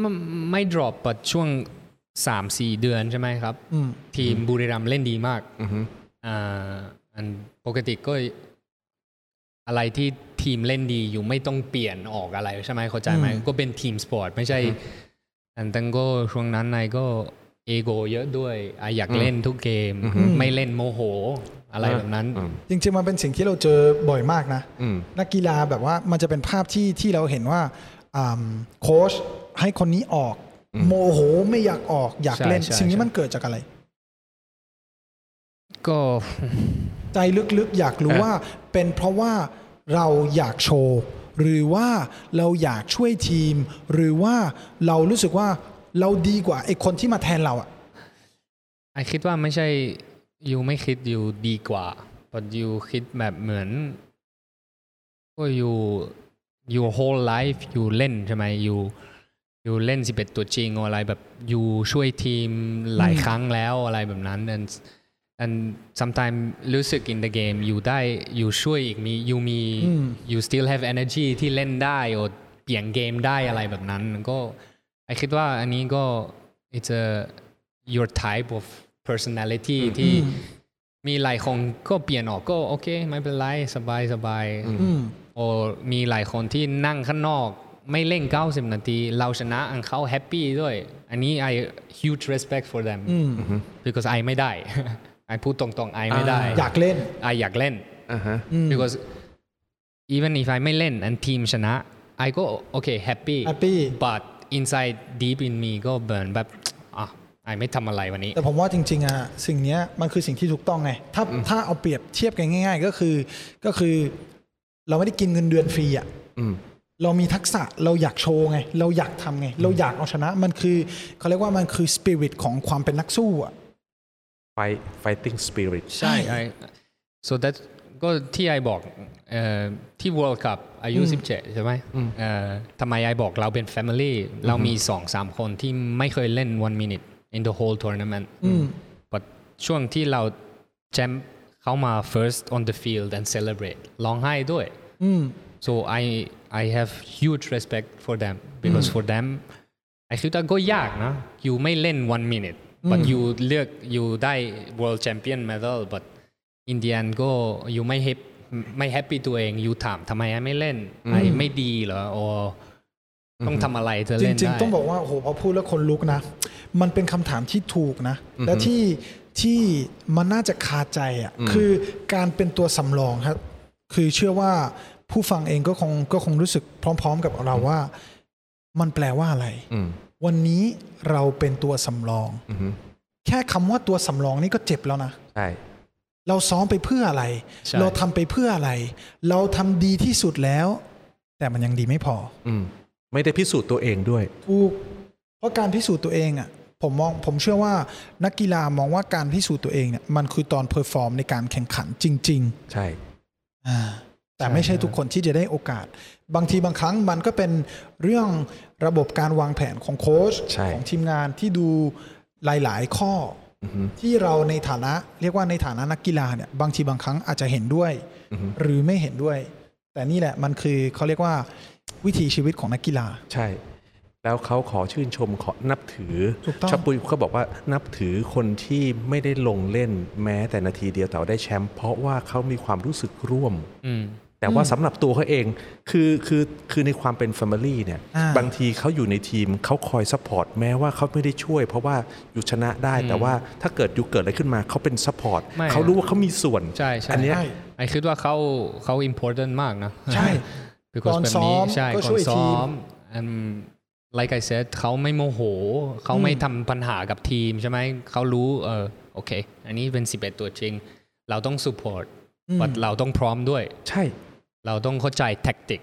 ไม่ไม่ drop ปัดช่วง 3 4 เดือนใช่ไหมครับ อืม ทีมบุรีรัมย์เล่นดีมาก อือฮึ อ่าอันปกติก็ อะไรที่ทีมเล่นดีอยู่ไม่ต้องเปลี่ยนออกอะไรใช่ไหมเข้าใจไหม อืม ก็เป็นทีมสปอร์ตไม่ใช่แต่ตังโก้ช่วงนั้นนายก็เอโกเยอะด้วยอ่ะอยากเล่นทุกเกม อือฮึ ไม่เล่นโมโห อะไรแบบนั้น อืม จริงๆมันเป็นสิ่งที่เราเจอบ่อยมากนะ อืม นักกีฬาแบบว่ามันจะเป็นภาพที่ที่เราเห็นว่าอ่ำโค้ชให้คนนี้ออก โมโหไม่อยากออกอยากเล่น ใช่ใช่ สิ่งนี้ ใช่ มันเกิดจากอะไร ก็ ใจลึกๆอยากรู้ เออ ว่าเป็นเพราะว่าเราอยากโชว์หรือว่าเราอยากช่วยทีม หรือว่าเรารู้สึกว่าเราดีกว่าไอ้คนที่มาแทนเราอะ ไอคิดว่าไม่ใช่ยูไม่คิดยูดีกว่าแต่ยูคิดแบบเหมือน ก็อยู่อยู่ whole life อยู่เล่นใช่ไหมอยู่อยู่เล่นสิบเอ็ดตัวจริงอะไรแบบอยู่ช่วยทีมหลาย อืม ครั้งแล้วอะไรแบบนั้น and and sometimes รู้สึก in the game อยู่ได้อยู่ช่วยอีกมีอยู่มี you still have energy ที่เล่นได้โอเปลี่ยนเกมได้อะไรแบบนั้นก็ไอคิดว่าอันนี้ก็ it's a your type of personality ที่มีหลายคนก็เปลี่ยนออกก็โอเค ไม่เป็นไรสบายสบาย อืม โอ้มีหลายคนที่นั่งข้างนอกไม่เล่น 90 นาที เราชนะอันเขาแฮปปี้ด้วย อันนี้ I huge respect for them อืม because I ไม่ได้ [LAUGHS] I พูดตรงๆ I ไม่ได้ อยากเล่น I อยากเล่น อ่าฮะ อืม because even if I ไม่เล่น and ทีมชนะ I ก็โอเค happy happy but inside deep in me ก็เบิร์นแบบอ่ะ I ไม่ทำอะไรวันนี้ แต่ผมว่าจริงๆอะสิ่งเนี้ยมันคือสิ่งที่ถูกต้องไง ถ้าถ้าเอาเปรียบเทียบกันง่าย ๆ ก็คือ ก็คือเราไม่ได้กินเงินเดือนฟรีอะ อืม เรามีทักษะเราอยากโชว์ไง เราอยากทำไง เราอยากเอาชนะมันคือเขาเรียกว่ามันคือสปิริตของความเป็นนักสู้อะ ไฟ fighting spirit ใช่ I so that ก็ที่ไอบอกเอ่อที่ World Cup อายุ 17 ใช่ไหมเอ่อทำไมไอบอกเราเป็น Family เรามี 2-3 คนที่ไม่เคยเล่น 1 minute in the whole tournament but ช่วงที่เราแชมป์เข้ามา first on the field and celebrate ร้องไห้ด้วย so I I have huge respect for them because for them ไอคิดว่าก็ยากนะอยู่ไม่เล่น one minute but อยู่เลือกอยู่ได้ world champion medal but in the end ก็อยู่ไม่ happy ไม่แฮปปี้ตัวเองอยู่ถามทำไมไอ้ไม่เล่นไอ้ไม่ดีเหรอโอต้องทำอะไรจะ จ เล่นได้ ริงๆ ต้องบอกว่าโอ้โหพอพูดแล้วคนลุกนะ มันเป็นคำถามที่ถูกนะ และที่ที่มันน่าจะคาใจอ่ะคือการเป็นตัวสำรองครับ คือเชื่อว่าผู้ฟังเองก็คงก็คงรู้สึกพร้อม ๆ กับเราว่า มันแปลว่าอะไร อืม วันนี้เราเป็นตัวสำรอง อือฮึ แค่คำว่าตัวสำรองนี่ก็เจ็บแล้วนะ ใช่ เราซ้อมไปเพื่ออะไร ใช่ เราทำไปเพื่ออะไร เราทำดีที่สุดแล้ว แต่มันยังดีไม่พอ อืมไม่ได้พิสูจน์ตัวเองด้วย ถูกเพราะการพิสูจน์ตัวเองอ่ะผมมองผมเชื่อว่านักกีฬามองว่าการพิสูจน์ตัวเองเนี่ยมันคือตอนเพอร์ฟอร์มในการแข่งขันจริง ใช่ ๆอ่าแต่ไม่ใช่ทุกคนที่จะได้โอกาส บางทีบางครั้งมันก็เป็นเรื่องระบบการวางแผนของโค้ช ใช่ ของทีมงานที่ดูหลาย ๆ ข้ออที่เราในฐานะเรียกว่าในฐานะนักกีฬาเนี่ยบางทีบางครั้งอาจจะเห็นด้วย หรือไม่เห็นด้วย แต่นี่แหละมันคือเขาเรียกว่าวิถีชีวิตของนักกีฬา ใช่ แล้วเขาขอชื่นชมขอนับถือ ถูกต้อง ชอบปุยเขาบอกว่านับถือคนที่ไม่ได้ลงเล่นแม้แต่นาทีเดียวแต่ว่าได้แชมป์เพราะว่าเขามีความรู้สึกร่วม อืม แต่ว่าสำหรับตัวเขาเองคือคือคือในความเป็น Family เนี่ย อ่า บางทีเขาอยู่ในทีมเขาคอยซัพพอร์ตแม้ว่าเขาไม่ได้ช่วย เพราะว่าอยู่ชนะได้แต่ว่าถ้าเกิดอยู่เกิดอะไรขึ้นมาเขาเป็นซัพพอร์ต ไม่ เขารู้ว่าเขามีส่วน ใช่ใช่ อันเนี้ย ใช่ ไอคิดว่าเขาเขา important มากนะ ใช่ [LAUGHS] because ก่อน แบบ ซ้อ นี้ ม ใช่ ก็ ก่อ ช่ น วยที ซ้อ ม ม and like I said เขาไม่โมโห เขาไม่ทำปัญหากับทีมใช่ไหม เขารู้เออโอเค อันนี้เป็น 11 ตัวจริง เราต้อง support แต่เราต้องพร้อมด้วย ใช่ เราต้องเข้าใจแท็กติก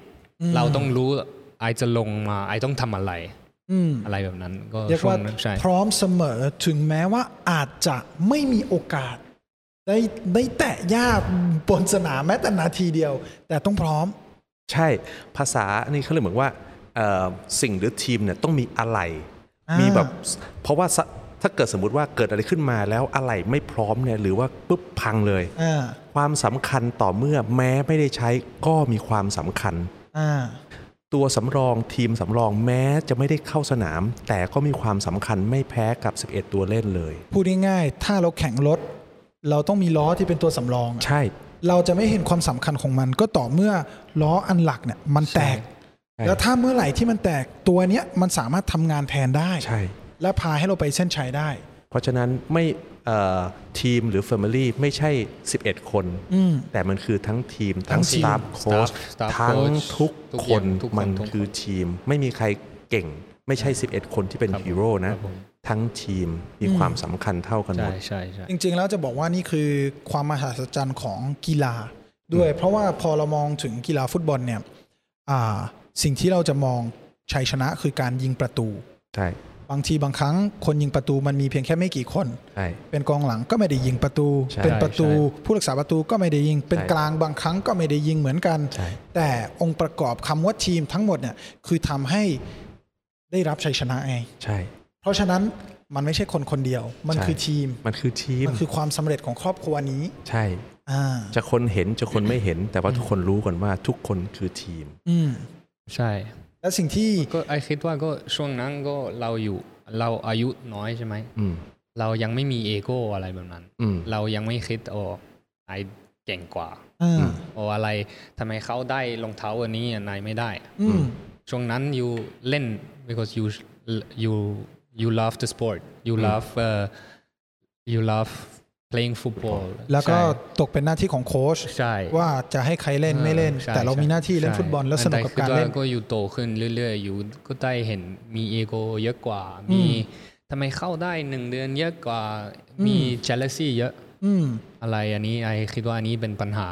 เราต้องรู้ไอจะลงมาไอต้องทำอะไร อืม อะไรแบบนั้น ก็ เรียก ช่ว ว่าง นั้นใช่ พร้อมเสมอถึงแม้ว่าอาจจะไม่มีโอกาส ได้ได้แตะหญ้าบนสนามแม้แต่นาทีเดียว แต่ต้องพร้อม ใช่ภาษาอันนี้เขาเรียกเหมือนว่าเอ่อสิ่งหรือทีมเนี่ยต้องมีอะไร อ่ามี มีแบบเพราะว่าสถ้าเกิดสมมุติว่าเกิดอะไรขึ้นมาแล้วอะไรไม่พร้อมเนี่ยหรือว่าปุ๊บพังเลย อ่า ความสำคัญต่อเมื่อแม้ไม่ได้ใช้ก็มีความสำคัญ อ่า ตัวสำรองทีมสำรองแม้จะไม่ได้เข้าสนาม แต่ก็มีความสำคัญไม่แพ้กับ 11 ตัวเล่นเลย พูดง่ายๆถ้าเราแข่งรถ เราต้องมีล้อที่เป็นตัวสำรองอะ ใช่ เราจะไม่เห็นความสำคัญของมัน ก็ต่อเมื่อล้ออันหลักเนี่ยมันแตก ใช่ แล้วถ้าเมื่อไหร่ที่มันแตกตัวเนี้ยมันสามารถทำงานแทนได้ ใช่ และพาให้เราไปเส้นชัยได้ เพราะฉะนั้นไม่เอ่อทีมหรือ Family ไม่ใช่ 11 คน อืม แต่มันคือทั้งทีม ทั้ ทั้ ง ง ส ทีม ตาฟโค้ช staff- staff ทั้ง coach ทุก ทุก คน อย่างทุกคน มัน ทุกคน คือทีม ไม่มีใครเก่ง ไม่ใช่ 11 คนที่เป็น ครับ ฮีโร่นะ ครับผม ทั้งทีมมีความสำคัญเท่ากันหม ใช่ ด ใช่ใช่ จริงๆ แล้วจะบอกว่านี่คือความมหัศจรรย์ของกีฬาด้วย เพราะว่าพอเรามองถึงกีฬาฟุตบอลเนี่ยอ่าสิ่งที่เราจะมองชัยชนะคือการยิงประตู ใช่ บางทีบางครั้งคนยิงประตูมันมีเพียงแค่ไม่กี่คน ใช่ เป็นกองหลังก็ไม่ได้ยิงประตู ใช่ เป็นประตู ผู้รักษาประตูก็ไม่ได้ยิง เป็น ใช่ กลางบางครั้งก็ไม่ได้ยิงเหมือนกัน ใช่ แต่องค์ประกอบคำว่าทีมทั้งหมดเนี่ยคือทำให้ได้รับชัยชนะไง ใช่ เพราะฉะนั้นมันไม่ใช่คนคนเดียว มัน ใช่ คือทีม มันคือทีม มันคือความสำเร็จของครอบครัวนี้ ใช่ อ่า จะคนเห็นจะคนไม่เห็น แต่ว่าทุกคนรู้กันว่าทุกคนคือทีม อืม ใช่ และสิ่งที่ ก็ไอคิดว่าก็ช่วงนั้นก็เราอยู่เราอายุน้อยใช่ไหม อืม เรายังไม่มีเอโก้อะไรแบบนั้น อืม เรายังไม่คิดโอ้ไอเก่งกว่า อ่า โอ้อะไรทำไมเขาได้รองเท้าอันนี้อันนายไม่ได้ อืม ช่วงนั้น you เล่น because you you you love the sport you love uh, you love playing football แล้วก็ ใช่ ตกเป็นหน้าที่ของโค้ช ใช่ ว่าจะให้ใครเล่นไม่เล่น ออใช่ แต่เรามีหน้าที่เล่น ใช่ ฟุตบอลแล้วสนุกกับการเล่น แต่คือว่ก็อยู่โตขึ้นเรื่อยๆ อยู่ก็ได้เห็นมีเอโกเยอะกว่า มีทำไมเข้าได้หนึ่งเดือนเยอะกว่า มี jealousy เยอะ อืม อะไรอันนี้ไอคิดว่าอันนี้เป็นปัญหา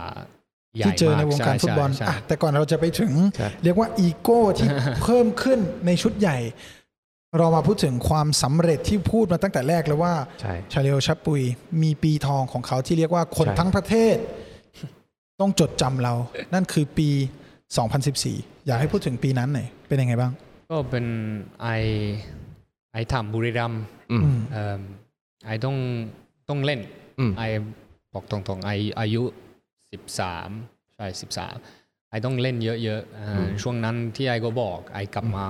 ใหญ่ ที่เจอในวงการ มช่ ฟุตบอล ใช่ อ่ะ ใช่ แต่ก่อนเราจะไปถึง ใช่ เรียกว่าอีโก้ที่ เพิ่มขึ้นในชุดใหญ่ เรามาพูดถึงความสำเร็จที่พูดมาตั้งแต่แรกแล้วว่า ใช่ ชาเลโอชับปุย มีปีทองของเขาที่เรียกว่าคน ใช่ ทั้งประเทศ ต้องจดจำเรา นั่นคือปี 2014 อยากให้พูดถึงปีนั้นหน่อยเป็นยังไงบ้าง ก็เป็นไอไอทำบุรีรัมย์ อืม เอิ่มไอต้องต้องเล่น อืม ไอบอกตรงๆไออายุสิบสามใช่สิบสามไอต้องเล่นเยอะๆเอ่ออช่วงนั้นที่ไอก็บอกไอกลับมา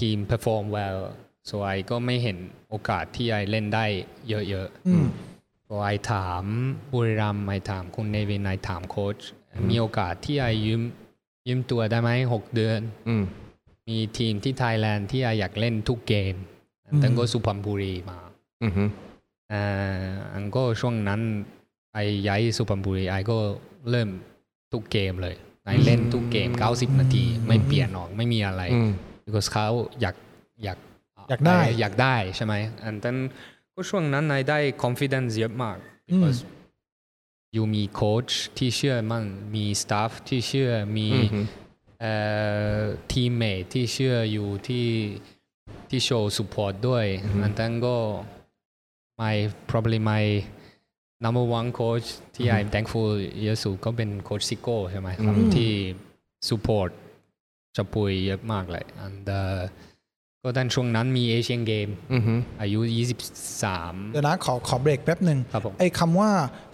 ทีม perform well so ไอก็ไม่เห็นโอกาสที่ไอเล่นได้เยอะๆ อืม พอไอถามบุรีรัมย์ไอถามคุณเนวินไอถามโค้ชมีโอกาสที่ไอยืมยืมตัวได้ไหมหกเดือน อืม มีทีมที่ไทยแลนด์ที่ไออยากเล่นทุกเกม อืม ตั้งก็สุพรรณบุรีมา อืมฮึ เอ่ออันก็ช่วงนั้นไอย้ายสุพรรณบุรีไอก็เริ่มทุกเกมเลยไอเล่นทุกเกม 90 นาที ไม่เปลี่ยนออกไม่มีอะไร อืม because เขาอยากอยาก อยากได้ อยากได้ใช่ไหม and then ก็ช่วงนั้นนายได้ confidence เยอะมาก อืม because อยู่มีโค้ชที่เชื่อมั่นมี staff ที่เชื่อมี อืมฮึ เอ่อ teammate ที่เชื่ออยู่ที่ที่โชว์ support ด้วย and then ก็ my probably my number one coach ที่ I'm thankful เยอะสุดก็เป็นโค้ชซิโก้ใช่ไหมครับ อืม ที่ support จะปุยเยอะมากเลย and uh, ก็ด้านช่วงนั้นมีเอเชียนเกม อืมฮึ อายุ 23 เดี๋ยวนะขอขอเบรกแป๊บหนึ่ง ครับผม ไอ้คำว่า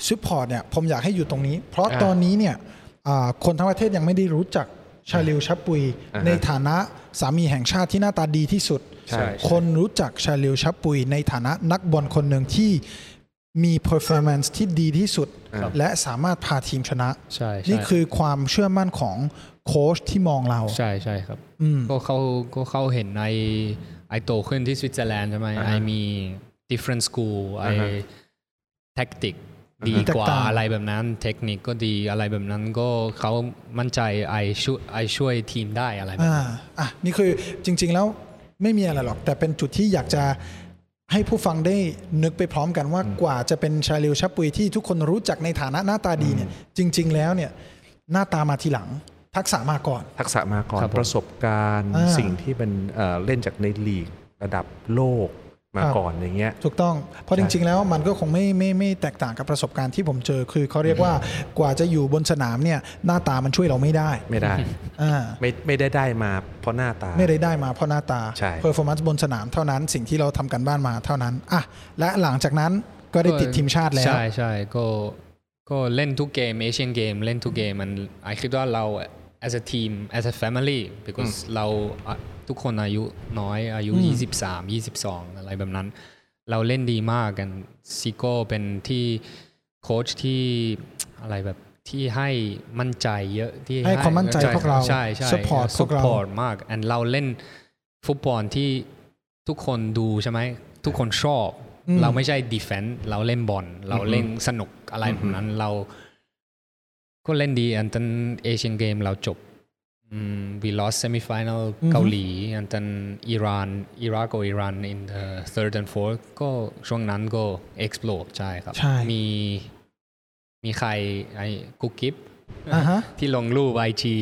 support เนี่ยผมอยากให้อยู่ตรงนี้ เพราะ อ่า ตอนนี้เนี่ยอ่าคนทั้งประเทศยังไม่ได้รู้จักชาลิวชับปุย อ่าฮะ ในฐานะสามีแห่งชาติที่หน้าตาดีที่สุด ใช่ คนรู้จักชาลิวชับปุย ในฐานะนักบอลคนหนึ่งที่มี performance ที่ดีที่สุด และสามารถพาทีมชนะ ใช่ใช่ นี่คือความเชื่อมั่นของโค้ชที่มองเรา ใช่ใช่ครับ อืม ก็เขาก็เขาเห็นไอไอโตขึ้นที่สวิตเซอร์แลนด์ใช่ไหมไอมี different school ไอ tactic ดีกว่า แตกต่าง อะไรแบบนั้น เทคนิคก็ดีอะไรแบบนั้นก็เขามั่นใจไอช่วยไอช่วยทีมได้อะไรแบบ อ่า นั้น อ่ะนี่คือจริง ๆ แล้วไม่มีอะไรหรอก แต่เป็นจุดที่อยากจะให้ผู้ฟังได้นึกไปพร้อมกันว่ากว่าจะเป็นชาลิวชะปุยที่ทุกคนรู้จักในฐานะหน้าตาดีเนี่ย จริง ๆ แล้วเนี่ย หน้าตามาทีหลัง ทักษะมาก่อน ทักษะมาก่อน ครับผม ประสบการณ์ อ่า สิ่งที่มันเอ่อเล่นจากในลีกระดับโลกมา ครับ ก่อนอย่างเงี้ย ถูกต้อง เพราะจริง ๆ แล้วมันก็คงไม่ไม่ไม่แตกต่างกับประสบการณ์ที่ผมเจอ คือเขาเรียกว่ากว่าจะอยู่บนสนามเนี่ย หน้าตามันช่วยเราไม่ได้ ไม่ได้ อ่า ไม่ไม่ได้ได้มาเพราะหน้าตา ไม่ได้ได้มาเพราะหน้าตา ใช่ เพอร์ฟอร์แมนซ์บนสนามเท่านั้น สิ่งที่เราทำกันบ้านมาเท่านั้น อ่ะ และหลังจากนั้นก็ได้ติดทีมชาติแล้ว ใช่ใช่ก็ก็เล่นทุกเกมเอเชียนเกมเล่นทุกเกมมันไอคิดว่าเรา as a team as a family because เราอ่ะทุกคนอายุน้อยอายุ 23 22 อะไรแบบนั้น เราเล่นดีมากกันซิโก้เป็นที่โค้ชที่ อะไรแบบที่ให้มั่นใจเยอะที่ ให้ความมั่นใจพวกเรา ใช่ใช่ support พวกเรา support มาก and เราเล่นฟุตบอลที่ทุกคนดูใช่ไหมทุกคนชอบ อืม เราไม่ใช่ defense เราเล่นบอลเราเล่นสนุกอะไรแบบนั้นเรา ก็เล่นดีอันตันเอเชียนเกมเราจบอืม we lost semifinal เกาหลีอันตันอิหร่านอิรักกับอิหร่าน in the third and fourth ก็ช่วงนั้นก็ explode ใช่ครับ ใช่ มีมีใครไอ้กุ๊กกิ๊บ อ่าฮะ ที่ลงรูปไอจี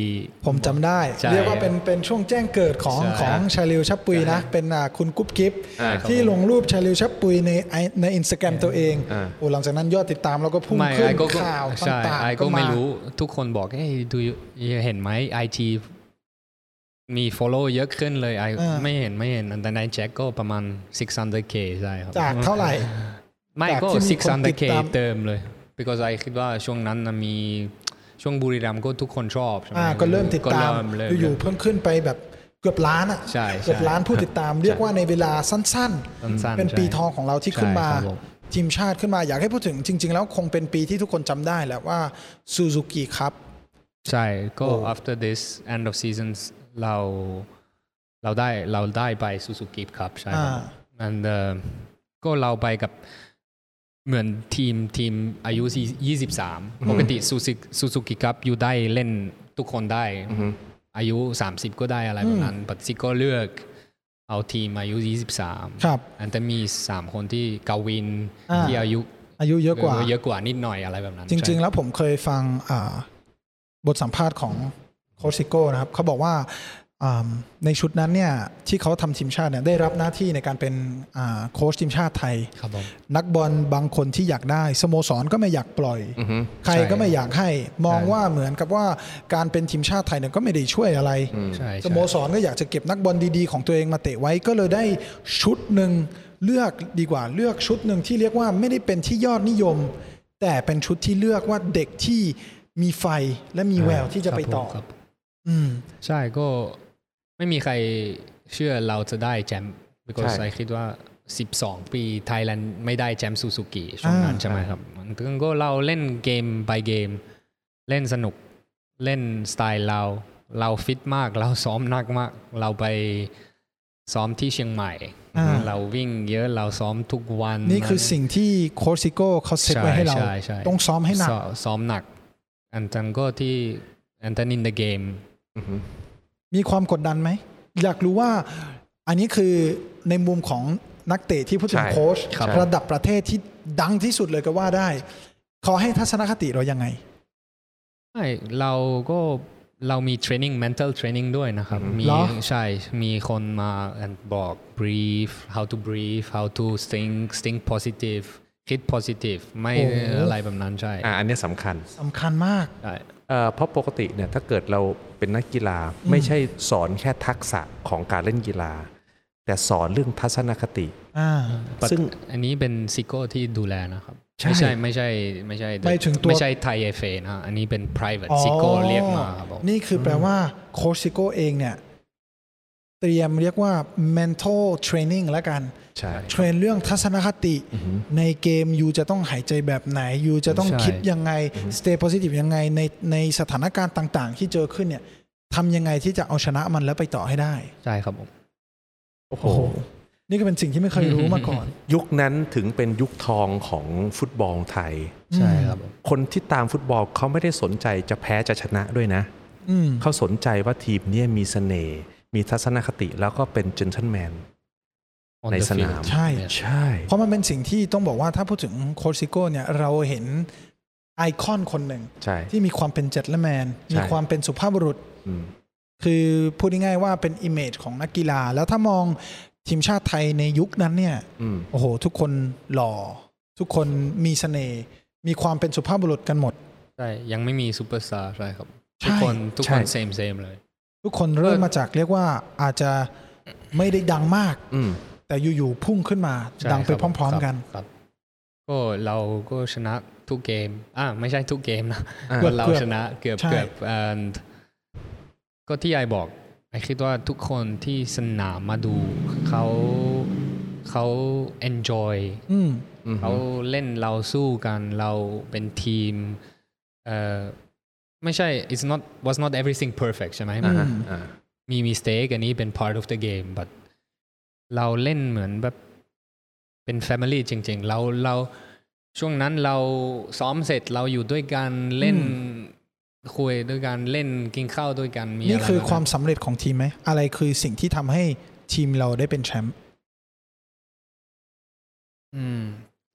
ผมจำได้ ใช่ เรียกว่าเป็นเป็นช่วงแจ้งเกิดของ ใช่ ของชาลิวชับปุยนะ เป็นอ่าคุณกุ๊บกิ๊บ อ่าครับ ที่ลงรูปชาลิวชับปุยในไอในอินสตาแกรมตัวเอง อ่า โอ้หลังจากนั้นยอดติดตามเราก็พุ่งขึ้นข่าว ใช่ ต่าง ไอ ๆ ก็ไม่ า รู้ทุกคนบอกเฮ้ยดูเห็นไหมไอจีมี follow เยอะขึ้นเลยไอ อ่า ไม่เห็นไม่เห็นแต่ในแจ็คก็ประมาณ 600k ใช่ครับ จากเท่าไหร่ ไม่ จาก ก็ ที่มีคนติด 600k ตาม เติมเลย because ไอคิดว่าช่วงนั้นน่ะมีช่วงบุรีรัมย์ก็ทุกคนชอบใช่ไหม อ่าก็เริ่มติดตาม ก็เริ่เริ่ม อยู่ๆเพิ่มขึ้นไปแบบเกือบล้านอ่ะ ใช่ใช่ เกือบล้านผู้ติดตามเรียกว่าในเวลาสั้น สั้นๆ เป็นปี ใช่ ทองของเราที่ขึ้นมา ใช่ครับผม ทีมชาติขึ้นมาอยากให้พูดถึงจริง ๆ แล้วคงเป็นปีที่ทุกคนจำได้แหละว่าซูซูกิครับ ใช่ก็ โอ้ after this end of season เราเราได้เราได้ไปซูซูกิครับใช่ครับ อ่า and uh, ก็เราไปกับเหมือนทีมทีมอายุ 23 ปกติซูซิซูซูกิครับอยู่ได้เล่นทุกคนได้ อายุ 30 ก็ได้อะไรแบบนั้นปัตซิก็เลือกเอาทีมอายุ 23 ครับ อันแต่มี 3 คนที่กาวิน อ่า ที่อายุ อายุเยอะกว่า เยอะกว่านิดหน่อยอะไรแบบนั้น จริง ๆ ใช่ แล้วผมเคยฟังอ่าบทสัมภาษณ์ของโคชซิโก้นะครับเขาบอกว่าอ่าในชุดนั้นเนี่ยที่เขาทำทีมชาติเนี่ยได้รับหน้าที่ในการเป็นอ่าโค้ชทีมชาติไทย ครับผม นักบอลบางคนที่อยากได้สโมสรก็ไม่อยากปล่อย อือฮึ ใครก็ ใช่ ไม่อยากให้มอง ใช่ ว่าเหมือนกับว่าการเป็นทีมชาติไทยเนี่ยก็ไม่ได้ช่วยอะไร ใช่ใช่ สโมสรก็อยากจะเก็บนักบอลดีๆของตัวเองมาเตะไว้ก็เลยได้ชุดหนึ่งเลือกดีกว่าเลือกชุดหนึ่งที่เรียกว่าไม่ได้เป็นที่ยอดนิยม แต่เป็นชุดที่เลือกว่าเด็กที่มีไฟและมีแววที่จะไปต่อ ครับผม อืม ใช่ก็ไม่มีใครเชื่อเราจะได้แชมป์ because ใช่ I คิดว่า 12 ปีไทยแลนด์ไม่ได้แชมป์ซูซูกิช่วงนั้น อ่า ใช่ไหมครับมันก็เราเล่นเกม by เกม เล่นสนุกเล่นสไตล์เรา เราฟิตมาก เราซ้อมหนักมาก เราไปซ้อมที่เชียงใหม่ เราวิ่งเยอะเราซ้อมทุกวัน นี่คือสิ่งที่โค้ชซิโก้เขาเซตไว้ให้เรา ใช่ใช่ ต้องซ้อมให้หนัก ซ้อซ้อมหนัก อันนั้นก็ที่อันนั้น in the game มีความกดดันไหม อยากรู้ว่าอันนี้คือในมุมของนักเตะที่พูดถึง ใช่ โค้ช ครับ ระดับประเทศที่ดังที่สุดเลยก็ว่าได้ ขอให้ทัศนคติเรายังไง ใช่เราก็เรามีเทรนนิ่ง mental training ด้วยนะครับ มี เหรอ ใช่มีคนมาบอก breathe how to breathe how to think think positive คิด positive ไม่อะไรแบบนั้นใช่ อ่าอันเนี้ยสำคัญ สำคัญมาก ใช่ เอ่อเพราะปกติเนี่ยถ้าเกิดเราเป็นนักกีฬาไม่ใช่สอนแค่ทักษะของการเล่นกีฬา แต่สอนเรื่องทัศนคติ อ่า But ซึ่ง อันนี้เป็นซิโก้ที่ดูแลนะครับ ใช่ ไม่ใช่ไม่ใช่ไม่ใช่ ไม่ถึงตัว ไม่ใช่ไทยเอฟเอนะ อันนี้เป็น private ซิโก้เรียกมาครับผม นี่คือแปลว่าโค้ชซิโก้เองเนี่ย เตรียมเรียกว่า mental training แล้วกัน ใช่ เทรนเรื่องทัศนคติในเกมยูจะต้องหายใจแบบไหนยูจะต้อง ใช่ คิดยังไง stay positive ยังไงในในสถานการณ์ต่าง ๆ ที่เจอขึ้นเนี่ยทำยังไงที่จะเอาชนะมันแล้วไปต่อให้ได้ ใช่ครับผม โอ้โห โอ้โห นี่ก็เป็นสิ่งที่ไม่เคยรู้มาก่อน ยุคนั้นถึงเป็นยุคทองของฟุตบอลไทย ใช่ครับผม คนที่ตามฟุตบอลเขาไม่ได้สนใจจะแพ้จะชนะด้วยนะ อืม เขาสนใจว่าทีมเนี่ยมีเสน่ห์มีทัศนคติแล้วก็เป็น gentleman On ใน the สนาม field ใช่ ใช่ เพราะมันเป็นสิ่งที่ต้องบอกว่าถ้าพูดถึงโคชซิโก้เนี่ยเราเห็นไอคอนคนหนึ่ง ใช่ ที่มีความเป็นเจ็ดและแมน ใช่ มีความเป็นสุภาพบุรุษ อืม คือพูดง่ายๆว่าเป็นอิมเมจของนักกีฬา แล้วถ้ามองทีมชาติไทยในยุคนั้นเนี่ย อืม โอ้โห ทุกคนหล่อ ทุกคนมีเสน่ห์มีความเป็นสุภาพบุรุษกันหมด ใช่ยังไม่มีซูเปอร์สตาร์ใช่ครับ ใช่ ทุกคนทุกคน ใช่ same same เลย ทุกคนเริ่มมาจากเรียกว่าอาจจะไม่ได้ดังมาก อืม แต่อยู่ๆพุ่งขึ้นมา ใช่ ดังไป คบ พร้อม ๆ กัน ครับก็เราก็ชนะทุกเกมอ่าไม่ใช่ทุกเกมนะ อ่า ก็ [LAUGHS] เราชนะเกือบ ใช่ เกือบอ่าก็ที่ไอบอกไอคิดว่าทุกคนที่สนามมาดูเขาเขา enjoy อืม อืม เขาเล่นเราสู้กันเราเป็นทีม เอ่อไม่ใช่ it's not was not everything perfect ใช่ไหม อื มัน ม อ่าอ่า มี mistake อันนี้เป็น part of the game but เราเล่นเหมือนแบบเป็น family จริง ๆ เราเราช่วงนั้นเราซ้อมเสร็จเราอยู่ด้วยกันเล่นคุยด้วยกันเล่นกินข้าวด้วยกันมีะไร นี่คือ แบบ ความสำเร็จของทีมไหม อะไรคือสิ่งที่ทำให้ทีมเราได้เป็นแชมป์ อืม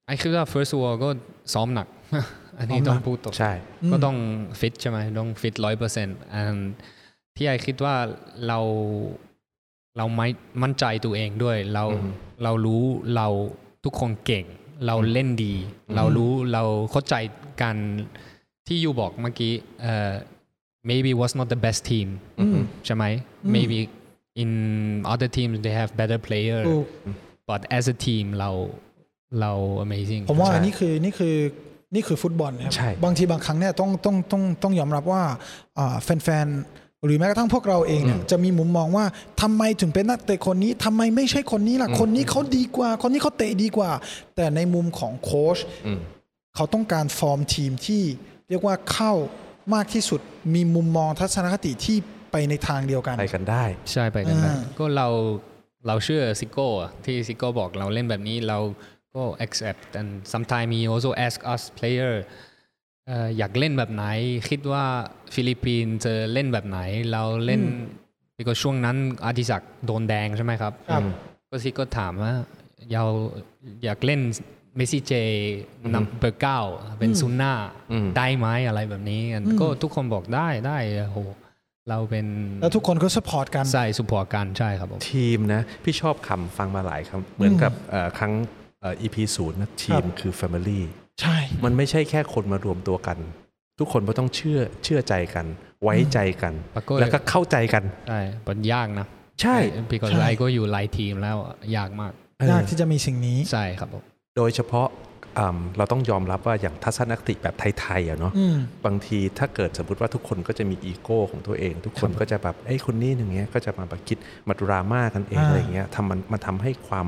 ไอคิดว่า first world ก็ซ้อมหนัก [LAUGHS] อันนี้ต้องพูดตรง ใช่ ม ก็ต้องฟิตใช่ไหมต้องฟิตร้อยเปอร์เซ็นต์ที่ไอคิดว่าเราเราไม่มั่นใจตัวเองด้วยเรา อืม เรารู้เราทุกคนเก่ง เราเล่นดี เรารู้เราเข้าใจกันที่ยูบอกเมื่อกี้เอ่อ maybe was not the best team อืม ใช่ไหม อืม maybe in other teams they have better player ถูก but as a team เราเรา amazing ผมว่า ใช่ นี่คือนี่คือนี่คือฟุตบอลนะ ใช่ ครังทีบางครั้งเนี่ยต้องต้องต้องต้องยอมรับว่าอ่าแฟนๆหรือแม้กระทั่งพวกเราเองเนี่ยจะมีมุมมองว่าทำไมถึงเป็นนักเตะคนนี้ทำไมไม่ใช่คนนี้ล่ะคนนี้เขาดีกว่า คนนี้เขาเตะดีกว่า แต่ในมุมของโค้ช อืม เขาต้องการฟอร์มทีมที่เรียกว่าเข้ามากที่สุดมีมุมมองทัศนคติที่ไปในทางเดียวกัน ไปกันได้ ใช่ไปกันได้ อ่า ก็เราเราเชื่อซิโก้อะที่ซิโก้บอกเราเล่นแบบนี้เราก็ accept and sometimes he also ask us player เอ่ออยากเล่นแบบไหน คิดว่าฟิลิปปินส์จะเล่นแบบไหน เราเล่นก็ช่วงนั้นอาธิศักดิ์โดนแดงใช่ไหมครับ ครับ ก็ซิโก้ถามว่าเราอยากเล่นเมสซี่เจนำเบอร์เก้าเป็นซุนย์หน่า อืม ได้ไหมอะไรแบบนี้กัน อืม ก็ทุกคนบอกได้ได้โหเราเป็น แล้วทุกคนก็สปอร์ตกัน ใช่สุพอร์ตกันใช่ครับผม ทีมนะ พี่ชอบคำฟังมาหลายคำเหมือนกับเอ่อครั้งเอ่อ EP ศูนย์นะทีม ครับ คือ Family ใช่ มันไม่ใช่แค่คนมารวมตัวกัน ทุกคนก็ต้องเชื่อเชื่อใจกัน ไว้ใจกัน ปรากฏ แล้วก็เข้าใจกัน ใช่มันยากนะ ใช่ พี่ก็ไลก็อยู่หลายทีมแล้วอะยากมาก เออย ากที่จะมีสิ่งนี้ ใช่ครับผม โดยเฉพาะอืมเราต้องยอมรับว่าอย่างทัศนคติแบบไทยๆอะเนาะ อืม บางทีถ้าเกิดสมมติว่าทุกคนก็จะมีอีโก้ของตัวเอง ทุกคนก็จะแบบไอ้ยคนนี้อย่างเงี้ยก็จะมาประคิดมาดราม่ากันเอง อ่า อะไรอย่างเงี้ยทำมันมันทำให้ความ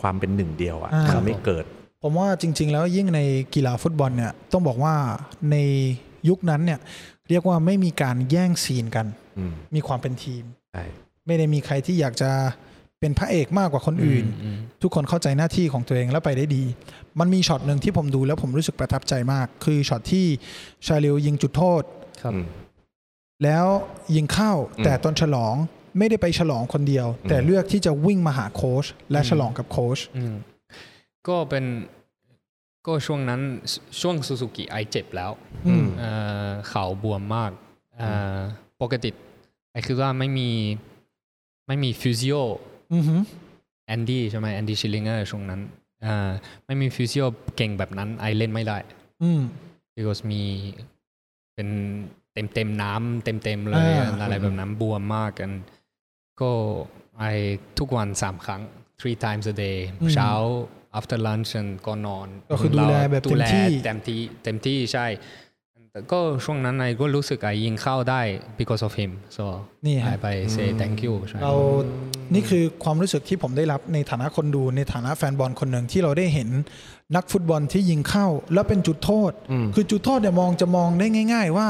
ความเป็นหนึ่งเดียวอะ อ่ามั มันไม่เกิด ผมว่าจริง ๆ แล้วยิ่งในกีฬาฟุตบอลเนี่ยต้องบอกว่าในยุคนั้นเนี่ยเรียกว่าไม่มีการแย่งซีนกัน อืม มีความเป็นทีม ใช่ ไม่ได้มีใครที่อยากจะเป็นพระเอกมากกว่าคนอื่น อืม ทุกคนเข้าใจหน้าที่ของตัวเองแล้วไปได้ดี มันมีช็อตหนึ่งที่ผมดูแล้วผมรู้สึกประทับใจมาก คือช็อตที่ชาลิวยิงจุดโทษ ครับ อืม แล้วยิงเข้า อืม แต่ตอนฉลองไม่ได้ไปฉลองคนเดียว แต่เลือกที่จะวิ่งมาหาโค้ชและฉลองกับโค้ช อืมก็เป็นก็ช่วงนั้นชช่วงซูซูกิไอเจ็บแล้ว อืม เอ่อเข่าบวมมากเอ่อปกติไอคือว่าไม่มีไม่มีฟิสิโอ อือหือ แอนดี้ใช่ไหมแอนดี้ชิลลิงเกอร์ช่วงนั้นเอ่อไม่มีฟิสิโอเก่งแบบนั้นไอเล่นไม่ได้ อืม because มีเป็นเต็มเต็มๆน้ำเต็มเต็มๆเลย อ่า อะไรแบบนั้นบวมมากกัน ก็ไอทุกวันสามครั้ง three times a day เช้า after lunch and ก่อนนอน ก็คือดูแลแบบเต็มที่ ดูแลเต็มที่เต็มที่ใช่ แต่ก็ช่วงนั้นไอก็รู้สึกไอยิงเข้าได้ because of him so นี่ ไอ ฮะ ไป say thank you ใช่ เรา นี่คือความรู้สึกที่ผมได้รับในฐานะคนดูในฐานะแฟนบอลคนหนึ่งที่เราได้เห็นนักฟุตบอลที่ยิงเข้าแล้วเป็นจุดโทษ คือจุดโทษเนี่ยมองจะมองได้ง่าย ๆ ว่า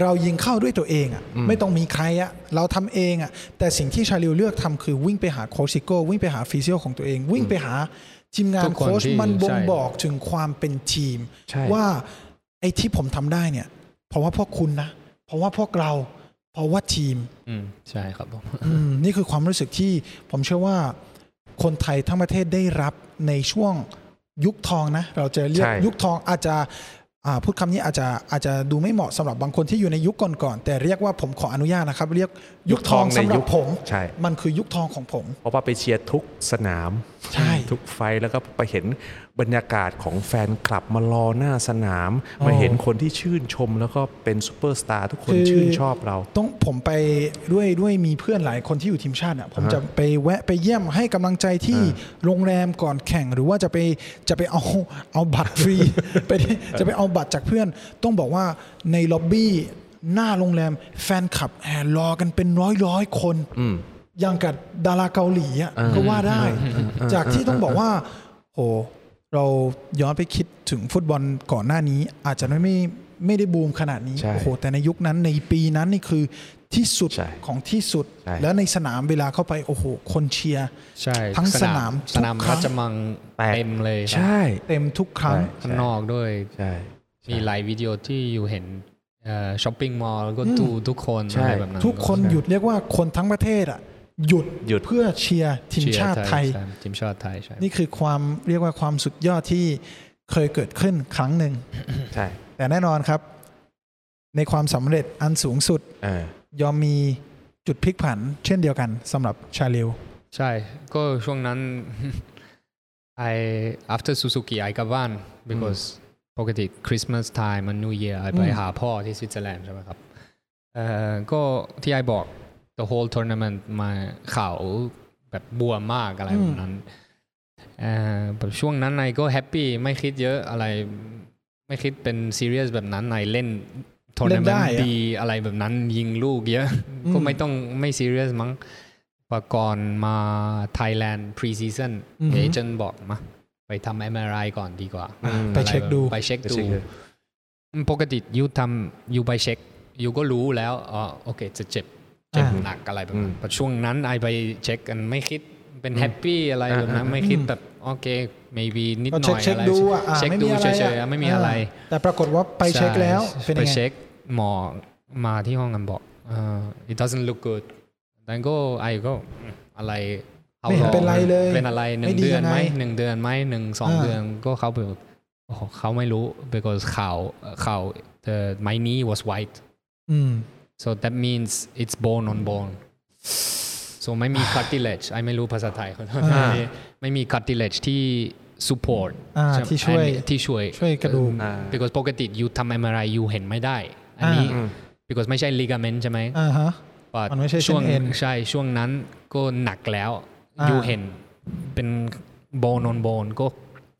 เรายิงเข้าด้วยตัวเองอะไม่ต้องมีใครอะเราทำเองอะแต่สิ่งที่ชาลิวเลือกทำคือวิ่งไปหาโคชซิโก้วิ่งไปหาฟิซิโอของตัวเอง วิ่งไปหาทีมงา ทุ น กคน โค้ช ที่ มันบ่ง ใช่ บอกถึงความเป็นทีม ใช่ ว่าไอ้ที่ผมทำได้เนี่ยเพราะว่าพวกคุณนะ เพราะว่าพวกเรา เพราะว่าทีม อืมใช่ครับผม อืมนี่คือความรู้สึกที่ผมเชื่อว่าคนไทยทั้งประเทศได้รับในช่วงยุคทองนะ เราจะเรียก ใช่ ยุคทองอาจจะอ่าพูดคำนี้อาจจะอาจจะดูไม่เหมาะสำหรับบางคนที่อยู่ในยุคก่อนๆแต่เรียกว่าผมขออนุญาตนะครับ เรียกยุคทองสำหรับผม ใช่ มันคือยุคทองของผม เพราะว่าไปเชียร์ทุกสนาม ใช่ ทุกไฟท์แล้วก็ไปเห็นบรรยากาศของแฟนคลับมารอหน้าสนาม อ๋อ มาเห็นคนที่ชื่นชมแล้วก็เป็นซูเปอร์สตาร์ทุกคน คือ ชื่นชอบเรา ต้องผมไปด้วยด้วยมีเพื่อนหลายคนที่อยู่ทีมชาติอ่ะผม อ่าฮะ จะไปแวะไปเยี่ยมให้กำลังใจที่ อ่ โรงแรมก่อนแข่งหรือว่าจะไปจะไปเอาเอาบัตรฟรี [LAUGHS] ไปได้จะไปเอาบัตรจากเพื่อน ต้องบอกว่าในล็อบบี้หน้าโรงแรมแฟนคลับแห่รอกันเป็นร้อยร้อยๆคนอย่างกับดาราเกาหลีอ่ะก็ว่าได้ จากที่ต้องบอกว่าโหเราย้อนไปคิดถึงฟุตบอลก่อนหน้านี้ อาจจะไม่ไม่ ไม่ได้บูมขนาดนี้ ใช่ โอ้โหแต่ในยุคนั้นในปีนั้นนี่คือที่สุด ใช่ ของที่สุด ใช่ แล้วในสนามเวลาเข้าไปโอ้โห คนเชียร์ ใช่ ทั้งสนาม สนาม ทุกครั้ ราง ชมัง แตก เต็มเลยครับ ใช่ เต็มทุกครั้ง ข้างนอกด้วย ใช่ ใช่ มีหลายวิดีโอที่อยู่เห็นช้อปปิ้งมอลล์ก็ดูทุกคน ใช่ อะไรแบบนั้น ทุกคนหยุดเรียกว่าคนทั้งประเทศอ่ะหยุด หยุด เพื่อเชียร์ทีม เร์ ชาติไทย ใช่ทีมชาติไทยใช่ นี่คือความเรียกว่าความสุดยอดที่เคยเกิดขึ้นครั้งหนึ่ง ใช่ แต่แน่นอนครับ ในความสำเร็จอันสูงสุด เออย อมมีจุดพลิกผัน เช่นเดียวกันสำหรับชาเลว ใช่ ก็ช่วงนั้น [LAUGHS] I after Suzuki I กลับบ้าน because ปกติ Christmas time มัน New Year I ไป อืม หาพ่อที่สวิตเซอร์แลนด์ใช่ไหมครับเอ่อก็ที่ I บอก the whole tournament มาข่าวแบบบวมมากอะไรแบบนั้นเอ่อแบบช่วงนั้นไอก็แฮปปี้ไม่คิดเยอะอะไร ไม่คิดเป็นซีเรียสแบบนั้นไอเล่นทัวร์นาเม เล่นนได้ ต์ อะ ดีอะไรแบบนั้นยิงลูกเยอะ อืม ก็ไม่ต้องไม่ซีเรียสมั้ง ปกรณ์มาไทยแลนด์พรีซีซัน อือฮึ เอเจนต์บอกมา ไปทำ MRI ก่อนดีกว่า อืม ไปเช็คดู ไปเช็ค ไป ดู เช็คดู ปกติยูทำยูไปเช็คยูก็รู้แล้วอ๋อโอเคจะเจ็บเจ็บ อ่า หนักอะไรแบบนั้ อื น ม แต่ช่วงนั้นไอไปเช็คกันไม่คิดเป็นแฮปปี้อะไร อ่า แบบนั้น อ่า ไม่คิดแบบ โอเค maybe นิดห ก็ น่ เช็ค อย เช็ค อะไร ดูอ่ะอ่ะ เช็ค ไม่ ดู มีอะไร เฉ อะ ยๆไม่มีอะไร าแต่ปรากฏว่าไปเช็คแล้ว ใช่ เป็น ไป ยังไง เช็คหมอมาที่ห้องกันบอกเอ่อ it doesn't look good แล้วก็ไอก็อืมอะไรอา ไม่เห็น หอ เป็นไรเลย เป็นอะไรหนึ่ ไม่ ง ดี เดือน ยังไง ไหมหนึ่งเดือนไหมหนึ่งสอง อ่า เดือนก็เขาไปบอกโอ้โหเขาไม่รู้ because ข่าวข่าว the my knee was white อืม so that means it's bone on bone so ไม่ [SIGHS] มี cartilage ไอไม่รู้ภาษาไทยขอ [LAUGHS] โทษ อ่า ไม่มีไม่มี cartilage ที่ support อ่า ใช่ไหม ที่ช่วย อันนี้ที่ช่วย ช่วยกระดูก อ่า because ปกติยูทำ MRI ยูเห็นไม่ได้ อันนี้ อ่า อืม because ไม่ใช่ ligament ใช่ไหม อ่าฮะ but มันไม่ใช่เส้น ช่วง เอ็น ใช่ช่วงนั้นก็หนักแล้ว อ่ายู ยูเห็นเป็น bone on bone ก็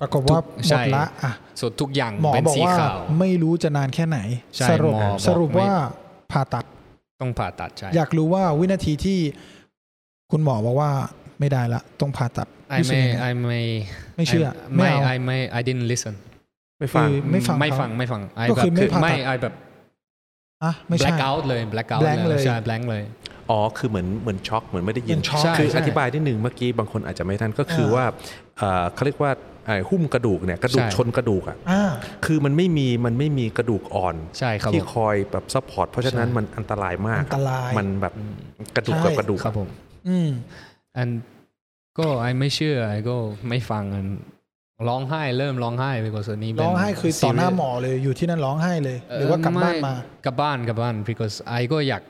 ปรากฏว่าห ใช่ มดละอ่ะ สดทุกอย่าง หมอ เป็น บอก สี ว่า ขาว ไม่รู้จะนานแค่ไหน ใช่ สรุป หมอบอก สรุป ไม่ ว่าผ่าตัด ต้องผ่าตัดใช่ อยากรู้ว่าวินาทีที่คุณหมอบอกว่าไม่ได้ละต้องผ่าตัด ไอ รู้สึก ไม่ ยังง ไอไม่ ไม่เชื่อไม่ ไม่ เอา ไอไม่ I didn't listen ไม่ฟัง คือไม่ฟัง ไม่ เขา ฟังไม่ฟัง I ก็ แบบ คือไม่ผ่าตัด ไม่ไอแบบ อ่ะไม่ใช่ black out เลย black out blank เลย ใช่ blank เลย อ๋อ คือเหมือนเหมือนช็อก เหมือนไม่ได้ยิ เป็น นช็อก ใช่ คือ ใช่ อธิบายนิดหนึ่งเมื่อกี้บางคนอาจจะไม่ทันก็คืออา ว่าเอ่อเขาเรียกว่าไอ้หุ้มกระดูกเนี่ยกระดูก ใช่ ชนกระดูกอ่ะ อ่า คือมันไม่มีมันไม่มีกระดูกอ่อน ใช่ครับผ ที่ ม คอยแบบซัพพอร์ตเพราะฉะนั้น ใช่ มันอันตรายมาก อันตราย มันแบบกระดูก ใช่ กับกระดูก ครับผม อืม อันก็ไอไม่เชื่อไอก็ไม่ฟังอันร้องไห้เริ่มร้องไห้ไปกว่าส่วนนี้เป็น ร้องไห้คือต่อหน้า serious หมอเลยอยู่ที่นั่นร้องไห้เลย หรือว่ากลับบ้านมา ไกลับบ้านกลับบ้าน because ไอก็อยาก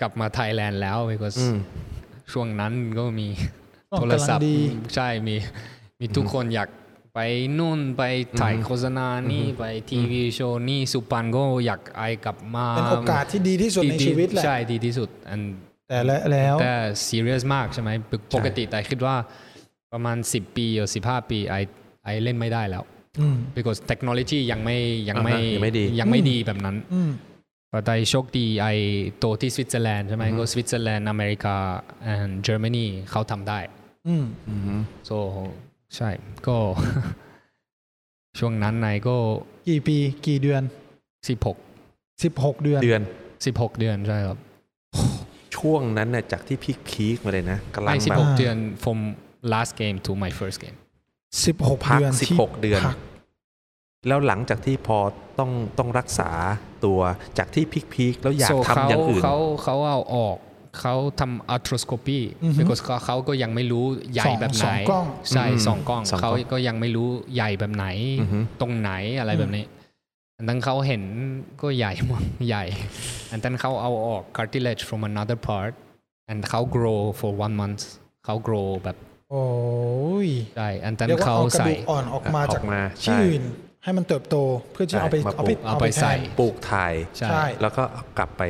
กลับมาไทยแลนด์แล้ว because อืม ช่วงนั้นก็มี ช่วง โทรศัพ กำลั ท์ งดี ใช่มีมีทุกคนอยากไปนู่นไปถ่าย อืม โฆษณานี่ไปทีวีโชว์นี่สุพรรณก็อยากไอกลับมา เป็นโอกาสที่ดีที่สุดใน ดีๆ ชีวิตแหละ ใช่ดีที่สุด and แต่และแล้ว แต่ serious มากใช่ไหมปกปกติแต่คิดว่าประมาณ 10 ปีหรือ15 ปีไอไอเล่นไม่ได้แล้ว อืม because technology ยังไม่ยังไม่ อ่าฮะยังไม่ดี ยังไม่ดีแบบนั้น อืม แต่ไอโชคดีไอโตที่สวิตเซอร์แลนด์ใช่ไหมก็สวิตเซอร์แลนด์อเมริกา and Germany เขาทำได้ อืม so ใช่ก็ [LAUGHS] ช่วงนั้นไอก็ กี่ปีกี่เดือน 16 สิบหกเดือน เดือน 16 เดือนใช่ครับ ช่วงนั้นน่ะจากที่พีคพีคมาเลยนะกำลั ไอง แบบ อ่า 16 เดือน from last game to my first game สิบหก พัก เดือน สิบ ที่ หกเดือน พัก แล้วหลังจากที่พอต้องต้องรักษาตัวจากที่พีคพีคแล้วอยาก So ทำอย่างอื่น เขาเขาเอาออกเขาทำ arthroscopy because เขาเขาก็ยังไม่รู้ใหญ่ สอง แบบ ส ไหน องกล้อง ใช่ อืม สองกล้อง สองกล้ เขา อง ก็ยังไม่รู้ใหญ่แบบไหน อือฮึ ตรงไหนอะไรแบบนี้อันนั้นเขาเห็นก็ใหญ่หมด ใหญ่ [LAUGHS] อันนั้นเขาเอาออก cartilage from another part and เขา grow for one month เขา grow แบบ โอ้ย ใช่อันนั้น เรียกว่า เขา เอากระ ใส่ ดูกอ่อนออกมา ออก จาก มา ที่ ใช่ อื่นให้มันเติบโตเพื่อที่ ใช่ เอาไป มา เอาไป ปลูก เอา เอา ไป ไป แท ใส่ น ปลูกถ่าย ใช่ ใช่ แล้วก็เอากลับไป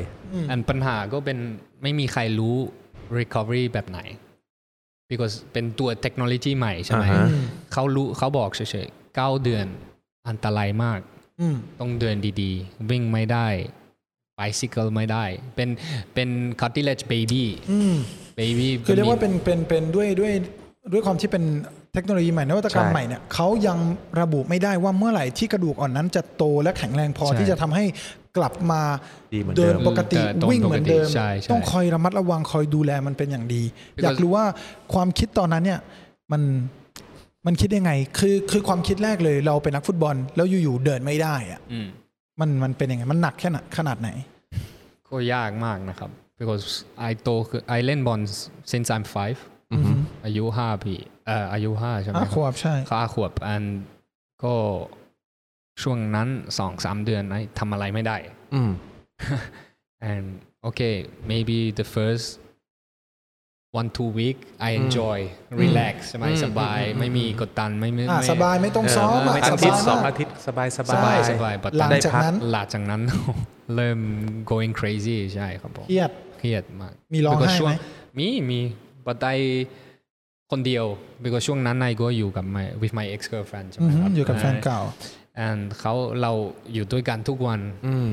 อันปัญหาก็เป็นไม่มีใครรู้ recovery แบบไหน because เป็นตัวเทคโนโลยีใหม่ใช่ไหม อ่าฮะ อืม เขารู้เขาบอกเฉยๆเก้าเดือนอันตรายมาก อืม ต้องเดินดีๆ วิ่งไม่ได้ bicycle ไม่ได้ เป็นเป็น cartilage baby อืม baby คือเรียกว่าเป็นเป็นเป็นด้วยด้วยด้วยความที่เป็น เทคโนโลยีใหม่นวัตกรรม ใช่ ใหม่เนี่ยเขายังระบุไม่ได้ว่าเมื่อไหร่ที่กระดูกอ่อนนั้นจะโตและแข็งแรงพอ ใช่ ที่จะทำให้กลับมา ดีเหมือนเดิ เดิ ม นปกติ เออตรง วิ่งเหมือนเดิม ปกติใช่ใช่ ต้องคอยระมัดระวังคอยดูแลมันเป็นอย่างดี Because- อยากรู้ว่าความคิดตอนนั้นเนี่ยมันมันคิดยังไง คือคือความคิดแรกเลยเราเป็นนักฟุตบอล แล้วอยู่ๆเดินไม่ได้อะ อืม มันมันเป็นยังไงมันหนักแค่ไหนขนาดไหน ก็ยากมากนะครับ because I โตคือ I เล่นบอล since I'm five อายุห้าปีเอ่ออายุห้าใช่ไหม อ่ะคครับวบใช่ เขาอาขวบอันก็ช่วงนั้นสองสามเดือนไอ้ทำอะไรไม่ได้ อืม and okay maybe the first one two week I enjoy relax ใช่ไหม อืม สบาย อืม ไม่มีกดดันไม่ไม่ อ่ะ ไม่ สบายไม่ต้องซ้อม เออ อ่ะ ไม่ต้สอาง ทิต บาย ย์สอง มา อาก ทิตย์สบายส ส บา บาย ย สบาย หลัง ได้ จาก พัก นั้น หลังจากนั้น [LAUGHS] เริ่ม going crazy ใช่ครับผม เครียด เครียดมาก มีร้องไห้ Because ช่ว ไหม มีมี but I คนเดียว because ช่วงนั้นนายก็อยู่กับ my with my ex girlfriend ใช่ไห อื ม อฮึ ครับ อยู่กับแฟนเก่า อ่ and เขาเราอยู่ด้วยกันทุกวัน อืม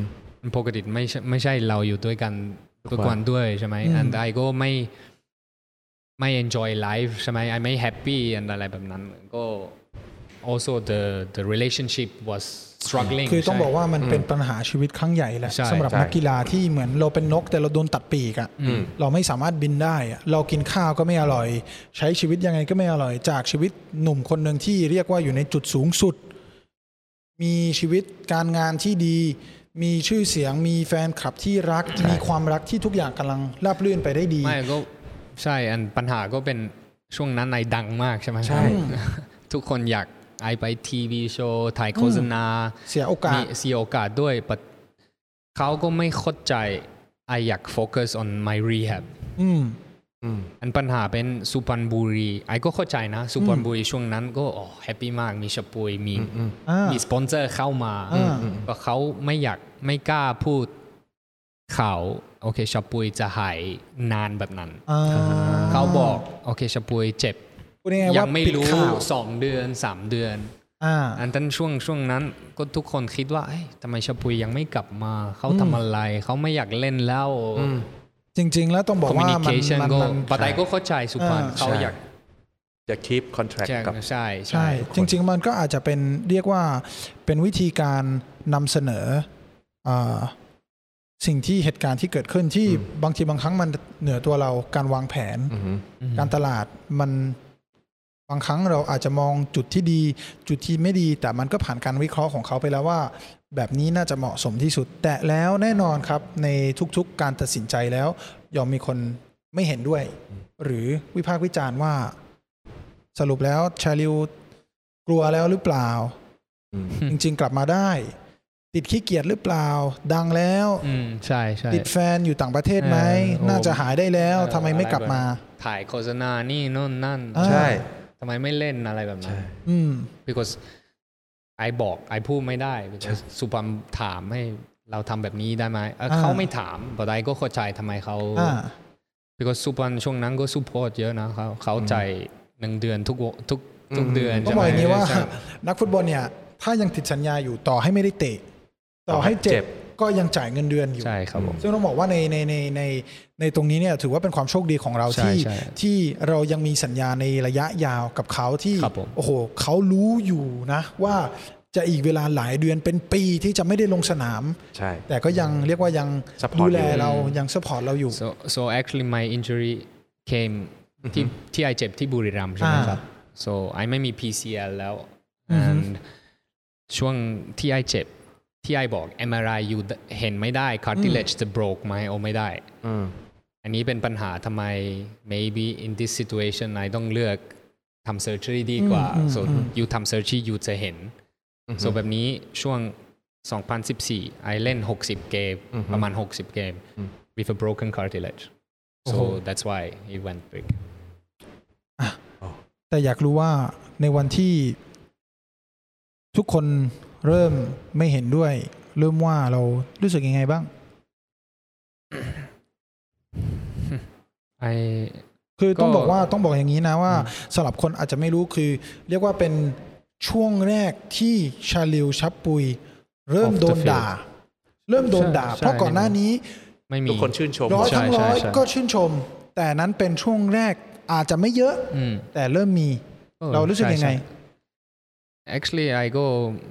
ปกติไม่ใช่ไม่ใช่เราอยู่ด้วยกัน ทุ ทุ ก ก วั วัน นด้วยใช่ไหม อืม and I ก็ไม่ไม่ enjoy life ใช่ไหม I ไม่ happy and อะไรแบบนั้นก็ also the the relationship was struggling คือต้อง ใช่ บอกว่ามันเป็นปัญหาชีวิตครั้งใหญ่แหละ ใช่ สำหรับ ใช่ นักกีฬาที่เหมือนเราเป็นนกแต่เราโดนตัดปีกอะ อืม เราไม่สามารถบินได้อะเรากินข้าวก็ไม่อร่อย ใช้ชีวิตยังไงก็ไม่อร่อย จากชีวิตหนุ่มคนหนึ่งที่เรียกว่าอยู่ในจุดสูงสุด มีชีวิตการงานที่ดี มีชื่อเสียงมีแฟนคลับที่รัก มีความรักที่ทุกอย่างกำลังราบรื่นไปได้ดี ไม่ก็ใช่อันปัญหาก็เป็นช่วงนั้นนายดังมากใช่ไหม ใช่ ทุกคนอยากไอไปทีวีโชว์ถ่ายโฆษณา เสียโอกา มี ส เสียโอกาสด้วย but เขาก็ไม่เข้าใจไออยาก focus on my rehab อืม อืม อันปัญหาเป็นสุพรรณบุรีไอก็เข้าใจนะสุพรรณบุรีช่วงนั้นก็โอ้แฮปปี้มากมีชะปุยมี อ่ามี มีสปอนเซอร์เข้ามา อ่า ก็เขาไม่อยากไม่กล้าพูดข่าวโอเคชะปุยจะหายนานแบบนั้น อ่า เขาบอก โอเคชะปุยเจ็บ พูดง่ายๆ ยั ว่าง ไม่ ปิด รู้ ข่าว สองเดือนสามเดือน อ่า อันนั้นช่วงช่วงนั้นก็ทุกคนคิดว่าเอ้ยทำไมชะปุยยังไม่กลับมา เขาทำอะไร เขาไม่อยากเล่นแล้ว จริง ๆ แล้วต้องบอกว่ามัน communication มัน ก็ มัน ปะไตก็เข้าใจสุพรรณ อ่า เขาอยาก จะคีปคอนแทค แจ้ง กับ ใช่ ใช่ จริง ๆ มันก็อาจจะเป็นเรียกว่าเป็นวิธีการนำเสนอเอ่อสิ่งที่เหตุการณ์ที่เกิดขึ้นที่บางทีบางครั้งมันเหนือตัวเราการวางแผน อืม การตลาดมันบางครั้งเราอาจจะมองจุดที่ดี จุดที่ไม่ดี แต่มันก็ผ่านการวิเคราะห์ของเขาไปแล้วว่า แบบนี้น่าจะเหมาะสมที่สุด แต่แล้วแน่นอนครับในทุกๆการตัดสินใจแล้วยอมมีคนไม่เห็นด้วย หรือวิพากษ์วิจารณ์ว่า สรุปแล้วชาลิวกลัวแล้วหรือเปล่า อืม จริงๆกลับมาได้ ติดขี้เกียจหรือเปล่า ดังแล้ว อืมใช่ใช่ ติดแฟนอยู่ต่างประเทศไหม เออ น่าจะหายได้แล้ว เออ ทำไมไม่กลับ อะไรแบบ มา ถ่ายโฆษณานี่โน่นนั่น อ่า ใช่ ทำไมไม่เล่นอะไรแบบนั้น อืม because ไอบอกไอพูดไม่ได้ because สุพรรณถามให้เราทำแบบนี้ได้ไหมเอ่อ อ่า เขาไม่ถามแต่ไอก็เข้าใจทำไมเขา อ่า because สุพรรณช่วงนั้นก็ support เยอะนะเขาเขาใจายหนึ่งเดือนทุกวทุกทุกเดือน ต้อง ใช่ไห บ ม อกอย่างนี้ว่า ใช่ นักฟุตบอลเนี่ย ถ้ายังติดสัญญาอยู่ต่อให้ไม่ได้เตะ ต่อให้ เจ็ เจ็บบ ก็ยังจ่ายเงินเดือนอยู่ ใช่ครับผม ซึ่งต้องบอกว่าในในในในในตรงนี้เนี่ยถือว่าเป็นความโชคดีของเรา ใช่ ที่ ใช่ ที่เรายังมีสัญญาในระยะยาวกับเขาที่ ครับผม โอ้โหเขารู้อยู่นะ ว่าจะอีกเวลาหลายเดือนเป็นปีที่จะไม่ได้ลงสนาม ใช่ แต่ก็ยังเรียกว่ายัง Support ดูแล อยู่ เรายังสปอร์ตเราอยู่ so so actually my injury came ที่ที่ไอเจ็บที่บุรีรัมย์ใช่ไหม อ่า ครับ so ไอไม่มี PCL แล้ว and ช่วงที่ไอเจ็บที่ไอบอก MRI อยู่เห็นไม่ได้ cartilage จะ broke ไหมโอไม่ได้ อืม อันนี้เป็นปัญหาทำไม maybe in this situation นายต้องเลือกทำ surgery ดีกว่า อืมอืม so อืม you ทำ surgery you จะเห็น อือฮึ so แบบนี้ช่วง 2014 ไอเล่น 60 เกม ประมาณ 60 เกม with a broken cartilage โอ้ so โห that's why it went [LAUGHS] big แต่อยากรู้ว่าในวันที่ทุกคนเริ่มไม่เห็นด้วย เริ่มว่าเรารู้สึกยังไงบ้าง ไอ คือต้อง ก็ บอกว่าต้องบอกอย่างนี้นะว่าสำหรับคนอาจจะไม่รู้คือ เรียกว่าเป็นช่วงแรกที่ชาลิวชับปุย เริ่ม Off the โดน field ด่า เริ่มโดนด่า ใช่ใช่ เพราะก่อนหน้านี้ ไม่มี ทุกคนชื่นชม ร้อย ใช่ ทั้งร้อย ใช่ ก็ชื่นชม แต่นั้นเป็นช่วงแรกอาจจะไม่เยอะ อืม แต่เริ่มมี ออ เรารู้สึก ใช่ ยังไง ใช่ actually I ก็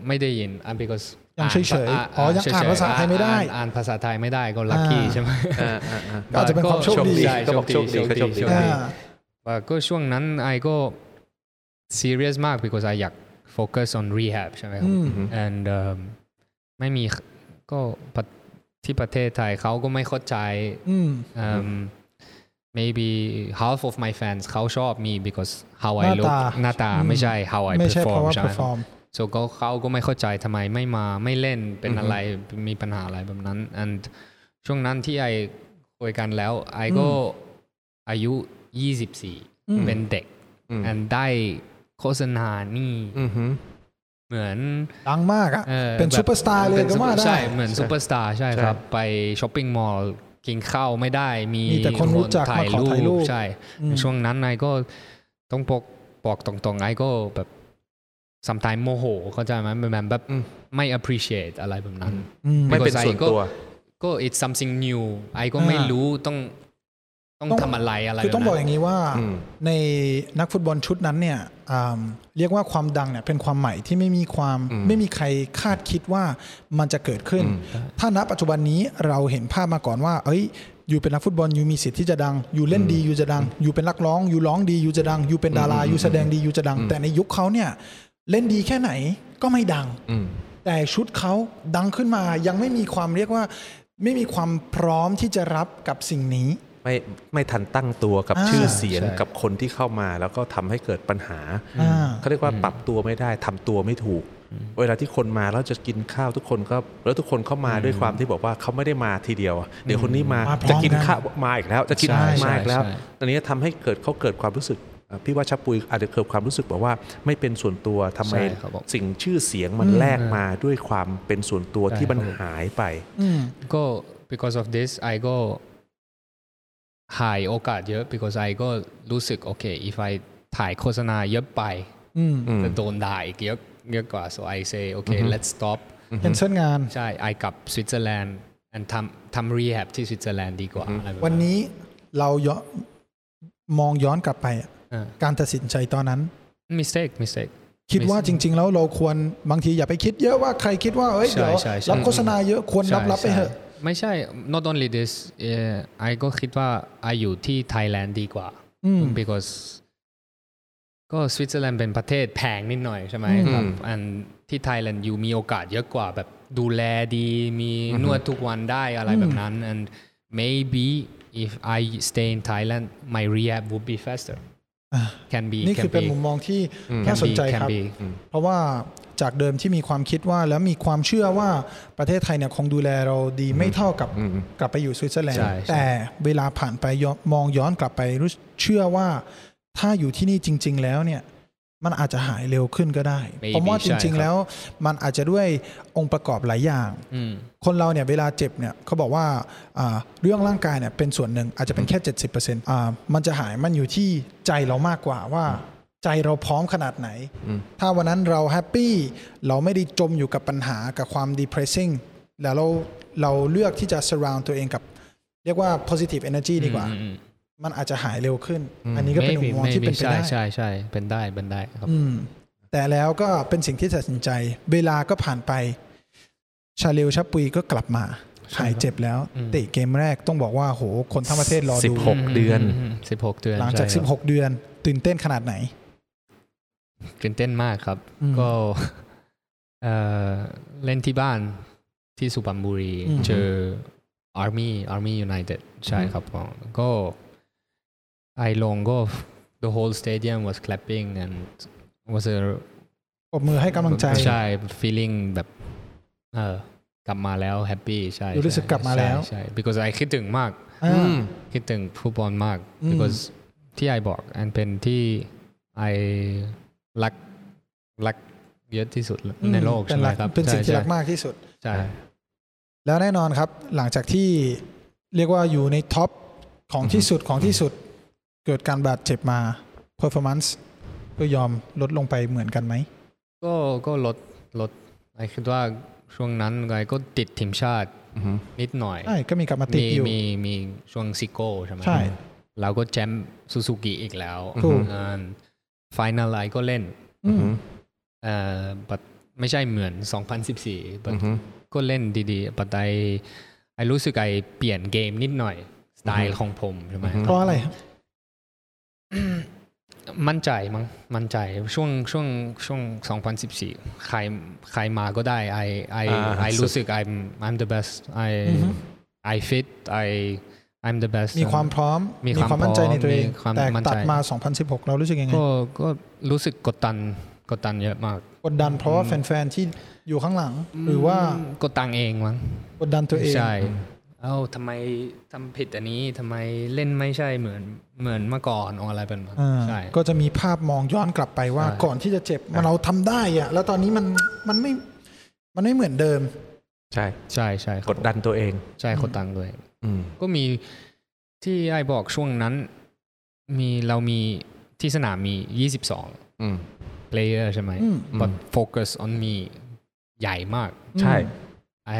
ไม่ได้ยินอ่ะ because ยังเฉยๆ าน อ๋อยังอ่าน เฉๆ ภาษาไทยไม่ได้ อ่านอ่านภาษาไทยไม่ได้ก็ lucky อ่า ใช่ไหม อ่าอ่าอ่า [LAUGHS] ก็อาจจะเป็นความโชคดี ใช่ ก็บอกโชคดีก็โชคดี อ่า ว่าก็ช่วงนั้นไอก็ serious มาก because ไออยาก focus on rehab ใช่ไหมครั อื บ ม and um, ไม่มีก็ประที่ประเทศไทยเขาก็ไม่เข้าใจ อืม um, maybe half of my fans เขาชอบ me because how ห I น้า look ตา หน้าตา อืม ไม่ใช่ how I ไม่ใช่เพ perform ราะว่า ใช่ไหมครับ perform so ก็เขาก็ไม่เข้าใจทำไมไม่มาไม่เล่นเป็น อือฮึ อะไรมีปัญหาอะไรแบบนั้น and ช่วงนั้นที่ไอคุยกันแล้วไอก็อายุ อืม 24 เป็นเด็ก อืม and ได้โฆษณานี่ อืมฮึ เหมือน ดังมากอ่ะ เออ เป็น แบบ ซูเปอร์สตาร์เลย ป็น ก็ว่าได้ ใช่เหมือน ใช่ ซูเปอร์สตาร์ใช่ ใช่ ครับ ไปช้อปปิ้งมอลล์กินข้าวไม่ได้มี มีแต่คนรู้จัก ถ่าย มาขอ รู ถ่ายรู ป ป ใช่ อืม ช่วงนั้นนายก็ต้องบอกบอกตรงๆไอ้ก็แบบสัมทายโมโห เข้าใจไหมมันแบบแบบ อืม ไม่ appreciate อะไรแบบนั้น อืม ไม่เป็น Because I ส่วนตัว ก็ it's something new ไอ้ก็ไม่ อ่ารู้ รู้ต้องต้อง ต้อง ทำอะไรอะไร คือต้องบอกอย่างนี้ว่า อืม ในนักฟุตบอลชุดนั้นเนี่ยอ่าเรียกว่าความดังเนี่ยเป็นความใหม่ที่ไม่มีความ อืม ไม่มีใครคาดคิดว่ามันจะเกิดขึ้น อืม ถ้าณปัจจุบันนี้เราเห็นภาพมาก่อนว่า เอ้ย อยู่เป็นนักฟุตบอลอยู่มีสิทธิ์ที่จะดัง อยู่เล่นดีอยู่จะดัง อยู่เป็นนักร้องอยู่ร้องดีอยู่จะดัง อยู่เป็นดาราอยู่แสดงดีอยู่จะดัง แต่ในยุคเขาเนี่ยเล่นดีแค่ไหนก็ไม่ดัง อืม แต่ชุดเขาดังขึ้นมายังไม่มีความเรียกว่า ไม่มีความพร้อมที่จะรับกับสิ่งนี้ ไม่ไม่ทันตั้งตัวกับ อ่า ชื่อเสียง ใช่ กับคนที่เข้ามาแล้วก็ทำให้เกิดปัญหา อ่า เขาเรียกว่าปรับตัวไม่ได้ทำตัวไม่ถูก เวลาที่คนมาแล้วจะกินข้าวทุกคนก็แล้วทุกคนเข้ามาด้วยความที่บอกว่าเขาไม่ได้มาทีเดียวอะเดี๋ยวคนนี้มา มาพร้อม จะกิน กัน ข้าวมาอีกแล้วจะกิน ใช่ มาอีกแล้ว ใช่ ตอนนี้ทำให้เกิดเขาเกิดความรู้สึกอ่ะพี่ว่าชับปุยอาจจะเกิดความรู้สึกบอกว่าไม่เป็นส่วนตัวทำไม ใช่ครับผม สิ่งชื่อเสียงมันแลกมาด้วยความเป็นส่วนตัว ใช่ ที่มัน ครับผม หายไป อืม ก็ because of this ไอ้ก็หายโอกาสเยอะ because ไอ้ก็รู้สึกโอเค if I ถ่ายโฆษณาเยอะไป อืม อืม จะโดนด่าอีกเยอะเยอะกว่า so I say okay let's stop เป็นเส้นงาน ใช่ I กลับสวิตเซอร์แลนด์ and ทำทำ rehab ที่สวิตเซอร์แลนด์ดีกว่าอะไรแบบ วันนี้เราย้อนมองย้อนกลับไปอะ อ่า การตัดสินใจตอนนั้น mistake mistake คิดว่าจริง ๆ แล้วเราควรบางทีอย่าไปคิดเยอะว่าใครคิดว่าเอ้ย ใช่ เดี๋ยว ใช่ใช่ รับโฆษณาเยอะควรรับ ใช่ รับไปเถอะ ใช่ไม่ใช่ not only this เอ่อไอก็คิดว่าไออยู่ที่ไทยแลนด์ดีกว่า อืม because ก็สวิตเซอร์แลนด์เป็นประเทศแพงนิดหน่อยใช่ไหมครับ อืม and ที่ไทยแลนด์อยู่มีโอกาสเยอะกว่าแบบดูแลดีมีนวดทุกวันได้อะไรแบบนั้น and maybe if I stay in Thailand my rehab would be faster อ่ะ can be นี่คือ can เป็น be มุมมองที่ can น่าสน be ใจ can ครับ be เพราะว่าจากเดิมที่มีความคิดว่าแล้วมีความเชื่อว่าประเทศไทยเนี่ยคงดูแลเราดีไม่เท่ากับกลับไปอยู่สวิตเซอร์แลนด์ ใช่ใช่ แต่เวลาผ่านไปย้อนมองย้อนกลับไปรู้เชื่อว่าถ้าอยู่ที่นี่จริง ๆ แล้วเนี่ยมันอาจจะหายเร็วขึ้นก็ได้ Maybe ผมว่า ใช่ จริง ครั ๆ บ แล้วมันอาจจะด้วยองค์ประกอบหลายอย่าง อืม คนเราเนี่ยเวลาเจ็บเนี่ยเขาบอกว่าอ่าเรื่องร่างกายเนี่ยเป็นส่วนหนึ่งอาจจะเป็นแค่ 70%อ่ามันจะหายมันอยู่ที่ใจเรามากกว่าว่า ใจเราพร้อมขนาดไหน ถ้าวันนั้นเราแฮปปี้เราไม่ได้จมอยู่กับปัญหากับความ depressing แล้วเราเราเลือกที่จะ surround ตัวเองกับ เรียกว่า positive energy ดีกว่า มันอาจจะหายเร็วขึ้น อันนี้ก็เป็น Maybe มุมมองที่ maybe เป็นไปได้ ใช่ใช่ใช่เป็นได้เป็นได้ครับ อืมแต่แล้วก็เป็นสิ่งที่ตัดสินใจ เวลาก็ผ่านไป ชาเลวชับปุยก็กลับมาหายเจ็บแล้ว อืม เตะเกมแรกต้องบอกว่าโห คนทั้งประเทศรอ สิ ดู บ หกเดือน สิบหกเดือน หลังจาก ใช่ครับ 16 เดือน ตื่นเต้นขนาดไหน ตื่นเต้นมากครับ อืม ก็ [LAUGHS] เอ่อเล่นที่บ้านที่สุพรรณบุรี อืม เจอ Army Army United ใช่ครับผมก็ไอลงก็ the whole stadium was clapping and was a ปรบมือให้กำลังใจ ใช่ feeling แบบเออกลับมาแล้ว happy ใช่ รู้สึก ใช่ กลับมาแล้ว ใช่ใช่ because I คิดถึงมาก อ่า คิดถึงฟุตบอลมาก อืม because ที่ไอบอกอันเป็นที่ไอรักรักเยอะที่สุดในโลก เป็ ใช่ไหม รัก ครับ เป็นสิ่งที่ ใช่ รักมากที่สุด ใช่ แล้วแน่นอนครับ หลังจากที่เรียกว่าอยู่ในท็อปของที่สุดของที่สุด เกิดการบาดเจ็บมา performance ก็ยอมลดลงไปเหมือนกันไหม ก็ก็ลดลดไอคิดว่าช่วงนั้นไอก็ติดทีมชาติ อือฮึ นิดหน่อย ใช่ก็มีกลับมาติด มี อยู่ มีมีช่วงซิโก้ใช่ไหม ใช่ เราก็แชมป์ซูซูกิอีกแล้ว ถูก อ่า ไฟนอลไลก็เล่น อืม เอ่อ but ไม่ใช่เหมือน 2014 but อือฮึ ก็เล่นดีๆ but I I รู้สึกไอเปลี่ยนเกมนิดหน่อย สไตล์ของผมใช่ไหม อือฮึ เพราะอะไรครับ มั่นใจมั้งมั่นใจช่วงช่วงช่วง 2014 ใครใครมาก็ได้ I I อ่า I รู้สึก I'm I'm the best I อือฮึ I fit I I'm the best มีความพร้อม มีความ มั่นใจ พร้อม ในตัวเอง มีความ แต่ มั่นใจ ตัดมา 2016 เรารู้สึกยังไง ก็ก็รู้สึกกดดันกดดันเยอะมาก กดดันเพราะว่าแฟนๆที่อยู่ข้างหลัง หรือว่า อืมกดตังเองมั้ง กดดันตัวเอง ใช่ เอ้าทำไมทำผิดอันนี้ทำไมเล่นไม่ใช่เหมือนเหมือนเมื่อก่อนอะไรเป็นมา อ่า ใช่ ก็จะมีภาพมองย้อนกลับไปว่า ใช่ ก่อนที่จะเจ็บมันเราทำได้อะแล้วตอนนี้มันมันไม่มันไม่เหมือนเดิม ใช่ ใช่ใช่ค ก รับ ดดันตัวเอง ใช่กดตังด้วย อืม ก็มีที่ไอ้บอกช่วงนั้น มีเรามีที่สนามมี 22 อืม player ใช่ไหม อืม but focus on me ใหญ่มาก ใช่ ไอ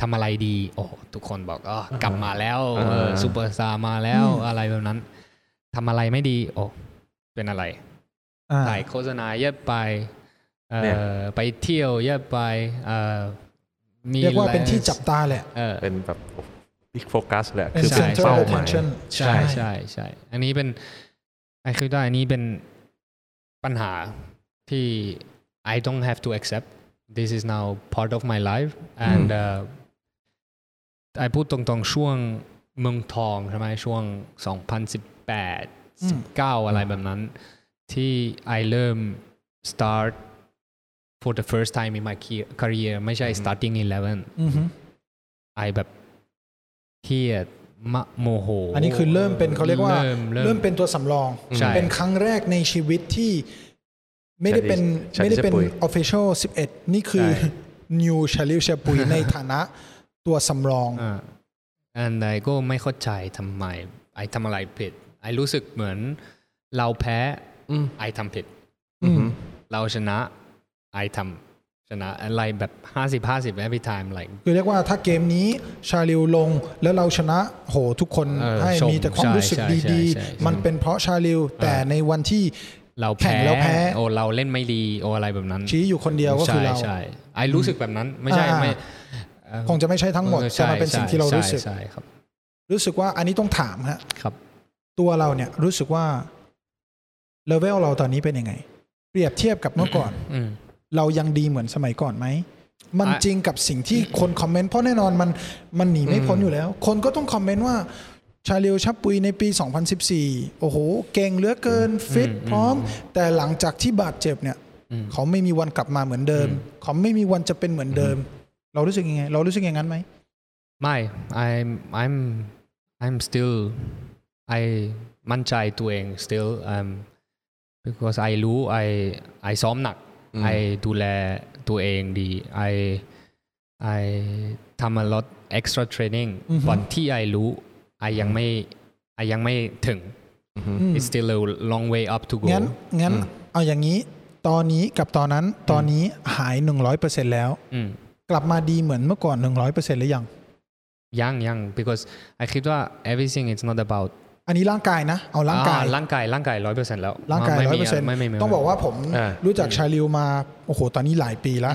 ทำอะไรดี โอ้ทุกคนบอกอ๋อกลับมาแล้ว อ่า เออซูเปอร์สตาร์มาแล้ว อืม อะไรแบบนั้นทำอะไรไม่ดี โอ้เป็นอะไร อ่า ถ่ายโฆษณาเยอะไปเอ่อ เนี่ย ไปเที่ยวเยอะไปเอ่อมี เรียกว่าเป็นที่ แล จับตาแหละ เออ เป็นแบบบิ๊กโฟกัสแหละ เป็น คือเป็น center เป้าหมาย attention ใช่ใช่ใช่ อันนี้เป็นไอคิดว่าอันนี้เป็นปัญหาที่ I don't have to accept this is now part of my life and อืม uh, ไอพูดตรงๆช่วงเมืองทองใช่ไหมช่วง 2018 อืม 19 อะไรแบบนั้น ที่ I เริ่ม start for the first time in my ke- career ไม่ใช่ starting 11 อือฮึ ไอแบบเครียดมะโมโห อันนี้คือเริ่มเป็นเขาเรียกว่า เริ่มเริ่ม เริ่มเป็นตัวสำรอง ใช่ เป็นครั้งแรกในชีวิตที่ไม่ได้เป็น ชาลิ ไม่ได้เป็น ชาปุย official 11 นี่คือ ใช่ new ชาลิวชา [LAUGHS] ปุย ในฐานะตัวสำรอง อ่าอันใดก็ไม่เข้าใจทำไม ไอทำอะไรผิด ไอรู้สึกเหมือนเราแพ้ อืม ไอทำผิด อืม เราชนะ ไอทำชนะอะไรแบบห้าสิบห้าสิบ every time like คือเรียกว่าถ้าเกมนี้ชาลิวลงแล้วเราชนะโหทุกคน เออ ให้ ชม มีแต่ความ ใช่ รู้สึก ใช่ ดี ใช่ใช่ ๆ มันเป็นเพราะชาลิวแต่ในวันที่ เรา แข่ แพ้ งแล้วแพ้ โอเราเล่นไม่ดีโออะไรแบบนั้น ชี้อยู่คนเดียวก็คือ ใช่ เรา ใช่ไอรู้สึกแบบนั้นไม่ใช่ อ่า ไม่ คงจะไม่ใช่ทั้งหมดแต่ ใช่ มันเป็นสิ่ง ใช่ ที่เรา ใช่ รู้สึก ใช่ครับ รู้สึกว่าอันนี้ต้องถามฮะ ครับ ตัวเราเนี่ยรู้สึกว่าเลเวลเราตอนนี้เป็นยังไง เปรียบเทียบกับเมื่อก่อน อืม เรายังดีเหมือนสมัยก่อนไหม มัน อ่ะ จริงกับสิ่งที่คนคอมเมนต์เพราะแน่นอนมันมันหนีไม่พ้นอยู่แล้ว คนก็ต้องคอมเมนต์ว่า ชาลิวชับปุยในปี 2014 โอ้โห เก่งเหลือเกินฟิตพร้อม แต่หลังจากที่บาดเจ็บเนี่ย เขาไม่มีวันกลับมาเหมือนเดิม เขาไม่มีวันจะเป็นเหมือนเดิม เรารู้สึกยังไง เรารู้สึกอย่างนั้นไหม ไม่ I'm I'm I'm still I มั่นใจตัวเอง still um because I รู้ I I ซ้อมหนัก อืม I ดูแลตัวเองดี I I ทำ a lot extra training อือฮึ บอนที่ I รู้ I ยังไม่ I ยังไม่ถึง อืม it's still a long way up to go งั้นงั้นเอาอย่างนี้ ตอนนี้กับตอนนั้น ตอนนี้หาย 100%แล้ว อืม กลับมาดีเหมือนเมื่อก่อน 100%หรือยัง ยังยัง because I คิดว่า everything is not about อันนี้ร่างกายนะ เอาร่างกาย อ่ร่างกายร่างกายร้อยเปอร์เซ็นต์แล้ว ร่างกาย ไม่ ร้อย มี เปอร์เซ็นต์ ไม่ไม่ไม่ ต้องบอกว่าผม อ่า รู้จักชาลิวมา โอ้โห ตอนนี้หลายปีแล้ว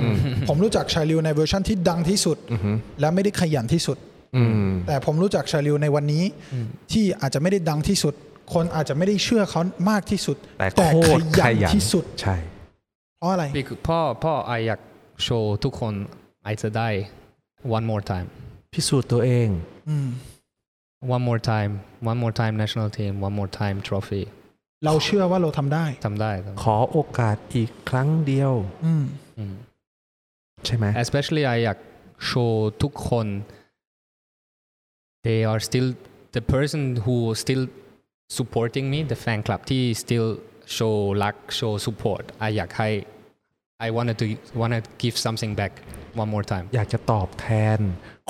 ผมรู้จักชาลิวในเวอร์ชันที่ดังที่สุด อือฮึ และไม่ได้ขยันที่สุด อืม แต่ผมรู้จักชาลิวในวันนี้ที่อาจจะไม่ได้ดังที่สุด คนอาจจะไม่ได้เชื่อเขามากที่สุด แต่โคตรขยัน ที่สุด ใช่ เพราะอะไร Because พ่อพ่อไออยากโชว์ทุกคนไอจะได้ one more time พิสูจน์ตัวเอง อืม one more time one more time national team one more time trophy เราเชื่อว่าเราทำได้ ทำได้ครับ ขอโอกาสอีกครั้งเดียว อืม ใช่ไหม Hmm. especially ไออยากโชว์ทุกคน they are still the person who still supporting me the fan club ที่ still show รัก show support ไออยากให้ I wanted to wanna give something back one more time อยากจะตอบแทน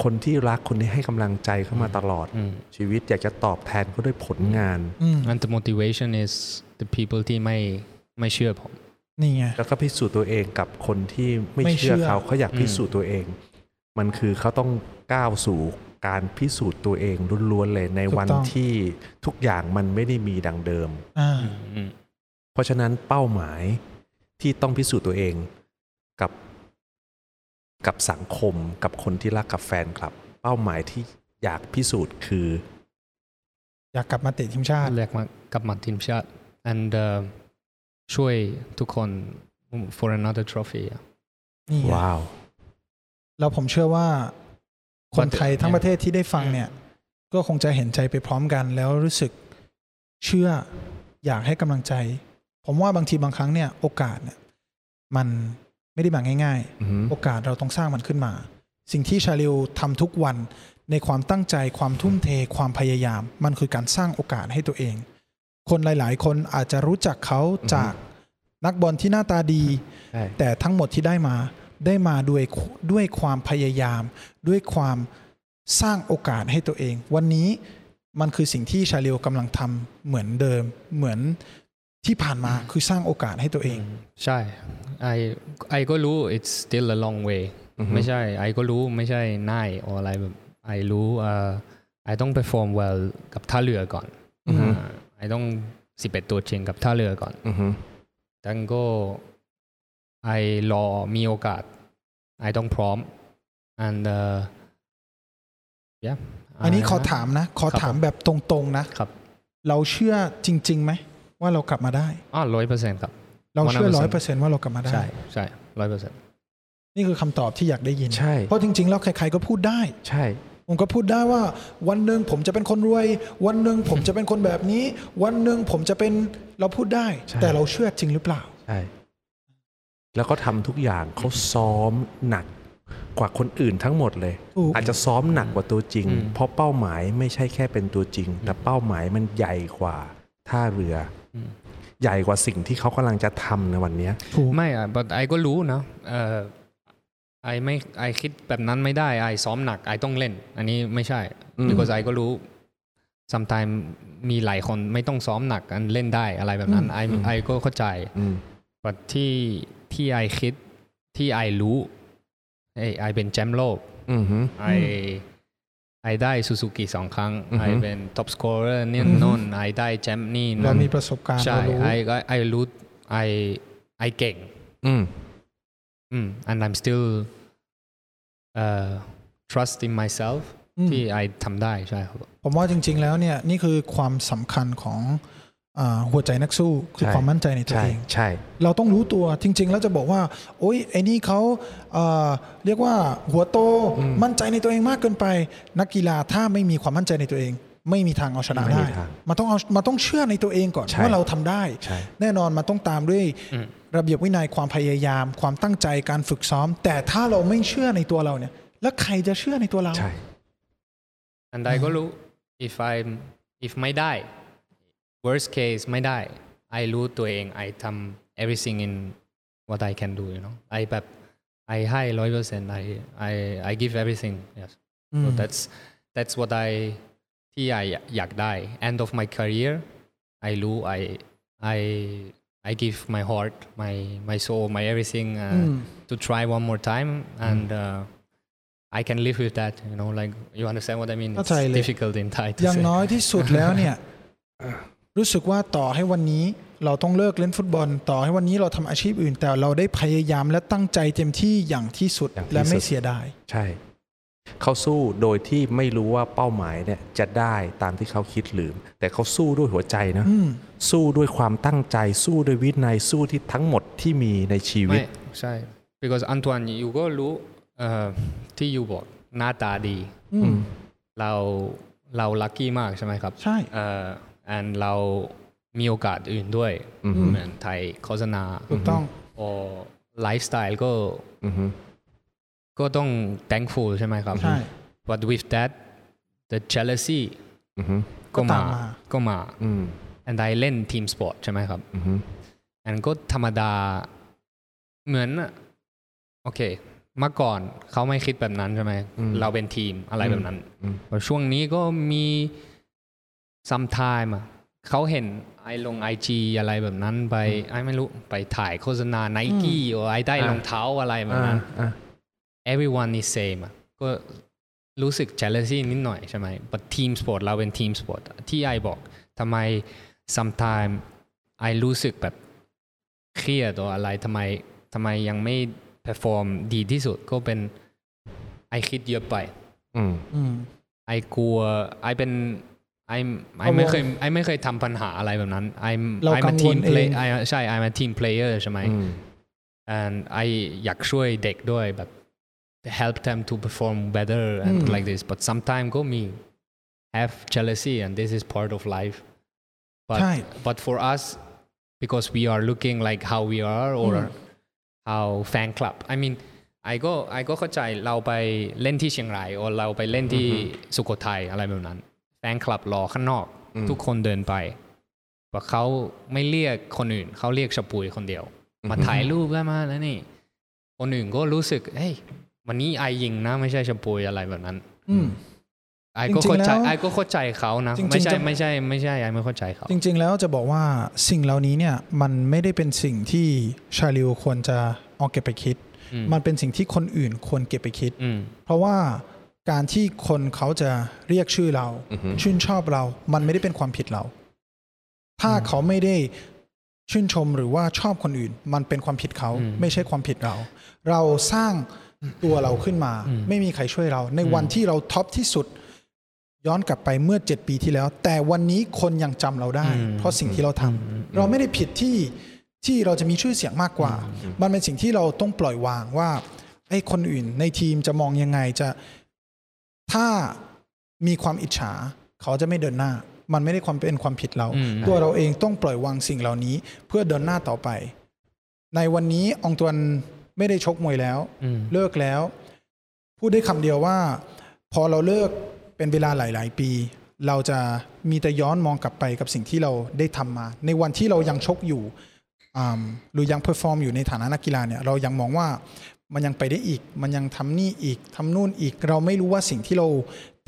คนที่รักคนที่ให้กำลังใจเข้ามาตลอด Hmm. ชีวิตอยากจะตอบแทนเขาด้วยผลงาน อืม and the motivation is the people ที่ไม่ไม่เชื่อผม นี่ไง แล้วก็พิสูจน์ตัวเองกับคนที่ไม่ ไม่เชื่ เชื่ อ อเขาเขาอยากพิสูจน์ตัวเอง มันคือเขาต้องก้าวสู่การพิสูจน์ตัวเองล้วนๆเลยในวันที่ทุกอย่างมันไม่ได้มีดังเดิม อ่า เพราะฉะนั้นเป้าหมายที่ต้องพิสูจน์ตัวเองกับกับสังคมกับคนที่รักกับแฟนคลับ เป้าหมายที่อยากพิสูจน์คือ อยากกลับมาเตะทีมชาติ เรียกมากับมาทีมชาติ and uh, ช่วยทุกคน for another trophy อะ นี่ไง ว้าว แล้วผมเชื่อว่า คนไทยทั้งประเทศที่ได้ฟังเนี่ย ก็คงจะเห็นใจไปพร้อมกันแล้วรู้สึกเชื่ออยากให้กำลังใจ ผมว่าบางทีบางครั้งเนี่ย โอกาสเนี่ย มันไม่ได้มาง่าย ๆ อือหือ โอกาสเราต้องสร้างมันขึ้นมา สิ่งที่ชาลิวทำทุกวันในความตั้งใจความทุ่มเทความพยายาม มันคือการสร้างโอกาสให้ตัวเอง คนหลาย ๆ คนอาจจะรู้จักเขา อือฮึ จากนักบอลที่หน้าตาดี ใช่ แต่ทั้งหมดที่ได้มาได้มาด้วยด้วยความพยายาม ด้วยความสร้างโอกาสให้ตัวเอง วันนี้มันคือสิ่งที่ชาลิวกำลังทำเหมือนเดิม เหมือนที่ผ่านมาคือสร้างโอกาสให้ตัวเอง ใช่ไอไอก็รู้ it's still a long way อือฮึ ไม่ใช่ไอก็รู้ไม่ใช่นาย or อะไรแบบไอรู้เอ่อไอต้อง perform well กับท่าเรือก่อน อือหือ ไอต้อง 11 ตัวเชียงกับท่าเรือก่อน อือหือ ดังก็ไอรอมีโอกาสไอต้องพร้อม and uh, yeah อันนี้ขอถามนะ ขอถามแบบตรงๆนะ ครับ เราเชื่อจริงๆไหมว่าเรากลับมาได้ อ๋อร้อยเปอร์เซ็นต์ครับ เราเชื่อร้อยเปอร์เซ็น 100% ต์ว่าเรากลับมาได้ ใช่ใช่ร้อยเปอร์เซ็นต์ นี่คือคำตอบที่อยากได้ยิน ใช่ เพราะจริงๆ แล้วใครๆก็พูดได้ ใช่ ผมก็พูดได้ว่าวันหนึ่งผมจะเป็นคนรวย วันหนึ่งผมจะเป็นคนแบบนี้ วันหนึ่งผมจะเป็นเราพูดได้ ใช่ แต่เราเชื่อจริงหรือเปล่า ใช่ แล้วก็ทำทุกอย่างเขาซ้อมหนักกว่าคนอื่นทั้งหมดเลย ถูก อาจจะซ้อมหนักกว่าตัวจริง เพราะเป้าหมายไม่ใช่แค่เป็นตัวจริง แต่เป้าหมายมันใหญ่กว่าท่าเรืออใหญ่กว่าสิ่งที่เขากำลังจะทำในวันเนี้ย ถูก ไม่อ่ะ but ไอก็รู้นะเอ่อไอไม่ไอคิดแบบนั้นไม่ได้ไอซ้อมหนักไอต้องเล่น อันนี้ไม่ใช่ อืม because ไอก็รู้ sometimes มีหลายคนไม่ต้องซ้อมหนักอันเล่นได้อะไรแบบนั้นไอไอก็เข้าใจ อืม but ที่ที่ไอคิดที่ไอรู้ไอไอเป็นแชมป์โลก อืมฮึ ไอไอได้ซูซูกิสองครั้ง อือฮึ ไอเป็น top scorer นี่นน่นไอได้แชมป์นี่ เรา นั่น มีประสบการณ์ ใช่ เรารู้ ไอไอไอรู้ไอไอเก่ง อืม Mm. And I'm still uh, trust in myself อืม ที่ I ทำได้ใช่ครับ ผมว่าจริง ๆ แล้วเนี่ยนี่คือความสำคัญของอ่าหัวใจนักสู้คือ ใช่ ความมั่นใจในตัว ใช่ เอง ใช่ เราต้องรู้ตัวจริง ๆ แล้วจะบอกว่า โอ๊ยไอ้นี่เขาเอ่อเรียกว่าหัวโตมั่นใจในตัวเองมากเกินไป นักกีฬาถ้าไม่มีความมั่นใจในตัวเอง ไม่มีทางเอาชนะ ไม่ ได้ มีทาง มันต้องเอามันต้องเชื่อในตัวเองก่อน ใช่ ว่าเราทำได้ ใช่ แน่นอนมันต้องตามด้วยระเบียบวินัยความพยายาม ความตั้งใจการฝึกซ้อม แต่ถ้าเราไม่เชื่อในตัวเราเนี่ย แล้วใครจะเชื่อในตัวเรา ใช่ And I ก็รู้ if I if ไม่ได้ worst case ไม่ได้ I รู้ตัวเอง I ทำ everything in what I can do you know I แบบ I ให้ร้อยเปอร์เซ็นต์ I I I give everything yes so Hmm. that's that's what I ที่ I อยากได้ end of my career I รู้ I I I give my heart my my soul my everything อ uh, ืม to try one more time and uh, I can live with that you know like you understand what I mean เข้า it's ใจเลย difficult in Thai to [LAUGHS] อย่าง say น้อยที่สุดแล้วเนี่ย รู้สึกว่าต่อให้วันนี้เราต้องเลิกเล่นฟุตบอล ต่อให้วันนี้เราทำอาชีพอื่น แต่เราได้พยายามและตั้งใจเต็มที่อย่างที่สุด อย่างที่ และไม่ สุด เสียดาย ใช่ เขาสู้โดยที่ไม่รู้ว่าเป้าหมายเนี่ยจะได้ตามที่เขาคิดหรือ แต่เขาสู้ด้วยหัวใจนะ อืม สู้ด้วยความตั้งใจ สู้ด้วยวินัย สู้ที่ทั้งหมดที่มีในชีวิ ไม่ ต ใช่ because Antoine you uh, ก็รู้เอ่อที่ you บอกหน้าตาดี อืม เราเรา lucky มากใช่ไหมครับ ใช่ เอ่อ and เรามีโอกาสอื่นด้วย อืม เหมือนไทยโฆษณา ถูกต้อง or lifestyle ก็ อือฮึ ก็ต้อง thankful ใช่ไหมครับ ใช่ but with that the jealousy อือฮึ ก็ก็มาตามมา ก็มา อืม and I เล่นทีมสปอร์ตใช่ไหมครับ อือฮึ and ก็ธรรมดาเหมือนโอเคเมื่อก่อนเขาไม่คิดแบบนั้นใช่ไหม อืม เราเป็นทีมอะไรแบบนั้น อืม แต่ช่วงนี้ก็มี sometime อะเขาเห็นไอลงไอจีอะไรแบบนั้นไปไอไม่รู้ไปถ่ายโฆษณาไนกี้หรือไอได้รองเท้าอะไรแบบ อ่า นั้น อ่า everyone is same อะก็รู้สึก jealousy นิดหน่อยใช่ไหม but team sport เราเป็น team sport ที่ไอบอกทำไม sometime ไอรู้สึกแบบเครียดหรืออะไรทำไมทำไมยังไม่เพอร์ฟอร์มดีที่สุดก็เป็นไอคิดเยอะไป อืม อืม ไอกลัวไอเป็นไอไอไม่เคยไอไม่เคยทำปัญหาอะไรแบบนั้นไอ เรา ไอ กั มาง วล ทีมเพล เอง ย์ไอใช่ไอมาทีมเพลเยอร์ใช่ไหม and ไออยากช่วยเด็กด้วยแบบ help them to perform better and อืม like this but sometimes ก็มี have jealousy and this is part of life but ใช่ but for us because we are looking like how we are or อืม how fan club I mean ไอก็ไอก็เข้าใจเราไปเล่นที่เชียงราย or เราไปเล่นที่สุโขทัยอะไรแบบนั้น แฟนคลับรอข้างนอก อืม ทุกคนเดินไปว่าเขาไม่เรียกคนอื่น เขาเรียกชะปุยคนเดียว มาถ่ายรูปแล้วมาแล้วนี่ คนอื่นก็รู้สึก เฮ้ย วันนี้ไอยิงนะ ไม่ใช่ชะปุยอะไรแบบนั้น อืม ไอก็เข้าจริงใจๆแล้ว ไอก็เข้าใจเขานะ จริงๆ ไม่ใช่ จะ ไม่ใช่ไม่ใช่ไอไม่เข้าใจเขา จริงๆแล้วจะบอกว่าสิ่งเหล่านี้เนี่ยมันไม่ได้เป็นสิ่งที่ชาลิวควรจะเอาเก็บไปคิด อืม มันเป็นสิ่งที่คนอื่นควรเก็บไปคิด อืม เพราะว่าการที่คนเขาจะเรียกชื่อเรา อือฮึ ชื่นชอบเรา มันไม่ได้เป็นความผิดเรา ถ้าเขาไม่ได้ชื่นชมหรือว่าชอบคนอื่น มันเป็นความผิดเขา อืม ไม่ใช่ความผิดเรา เราสร้างตัวเราขึ้นมา อืม ไม่มีใครช่วยเรา ในวันที่เราท็อปที่สุด ย้อนกลับไปเมื่อ 7 ปีที่แล้ว แต่วันนี้คนยังจำเราได้ เพราะสิ่งที่เราทำเราไม่ได้ผิดที่ที่เราจะมีชื่อเสียงมากกว่า มันเป็นสิ่งที่เราต้องปล่อยวางว่าไอ้ยคนอื่นในทีมจะมองยังไงจะถ้ามีความอิจฉา เขาจะไม่เดินหน้า มันไม่ได้ความเป็นความผิดเรา อืม ตัวเราเองต้องปล่อยวางสิ่งเหล่านี้ เพื่อเดินหน้าต่อไป ในวันนี้อองตวนไม่ได้ชกมวยแล้ว อืม เลิกแล้ว พูดได้คำเดียวว่า พอเราเลิกเป็นเวลาหลาย ๆ ปี เราจะมีแต่ย้อนมองกลับไปกับสิ่งที่เราได้ทำมา ในวันที่เรายังชกอยู่อืมหรือยังเพอร์ฟอร์มอยู่ในฐานะนักกีฬาเนี่ยเรายังมองว่ามันยังไปได้อีก มันยังทำนี่อีกทำนู่นอีก เราไม่รู้ว่าสิ่งที่เรา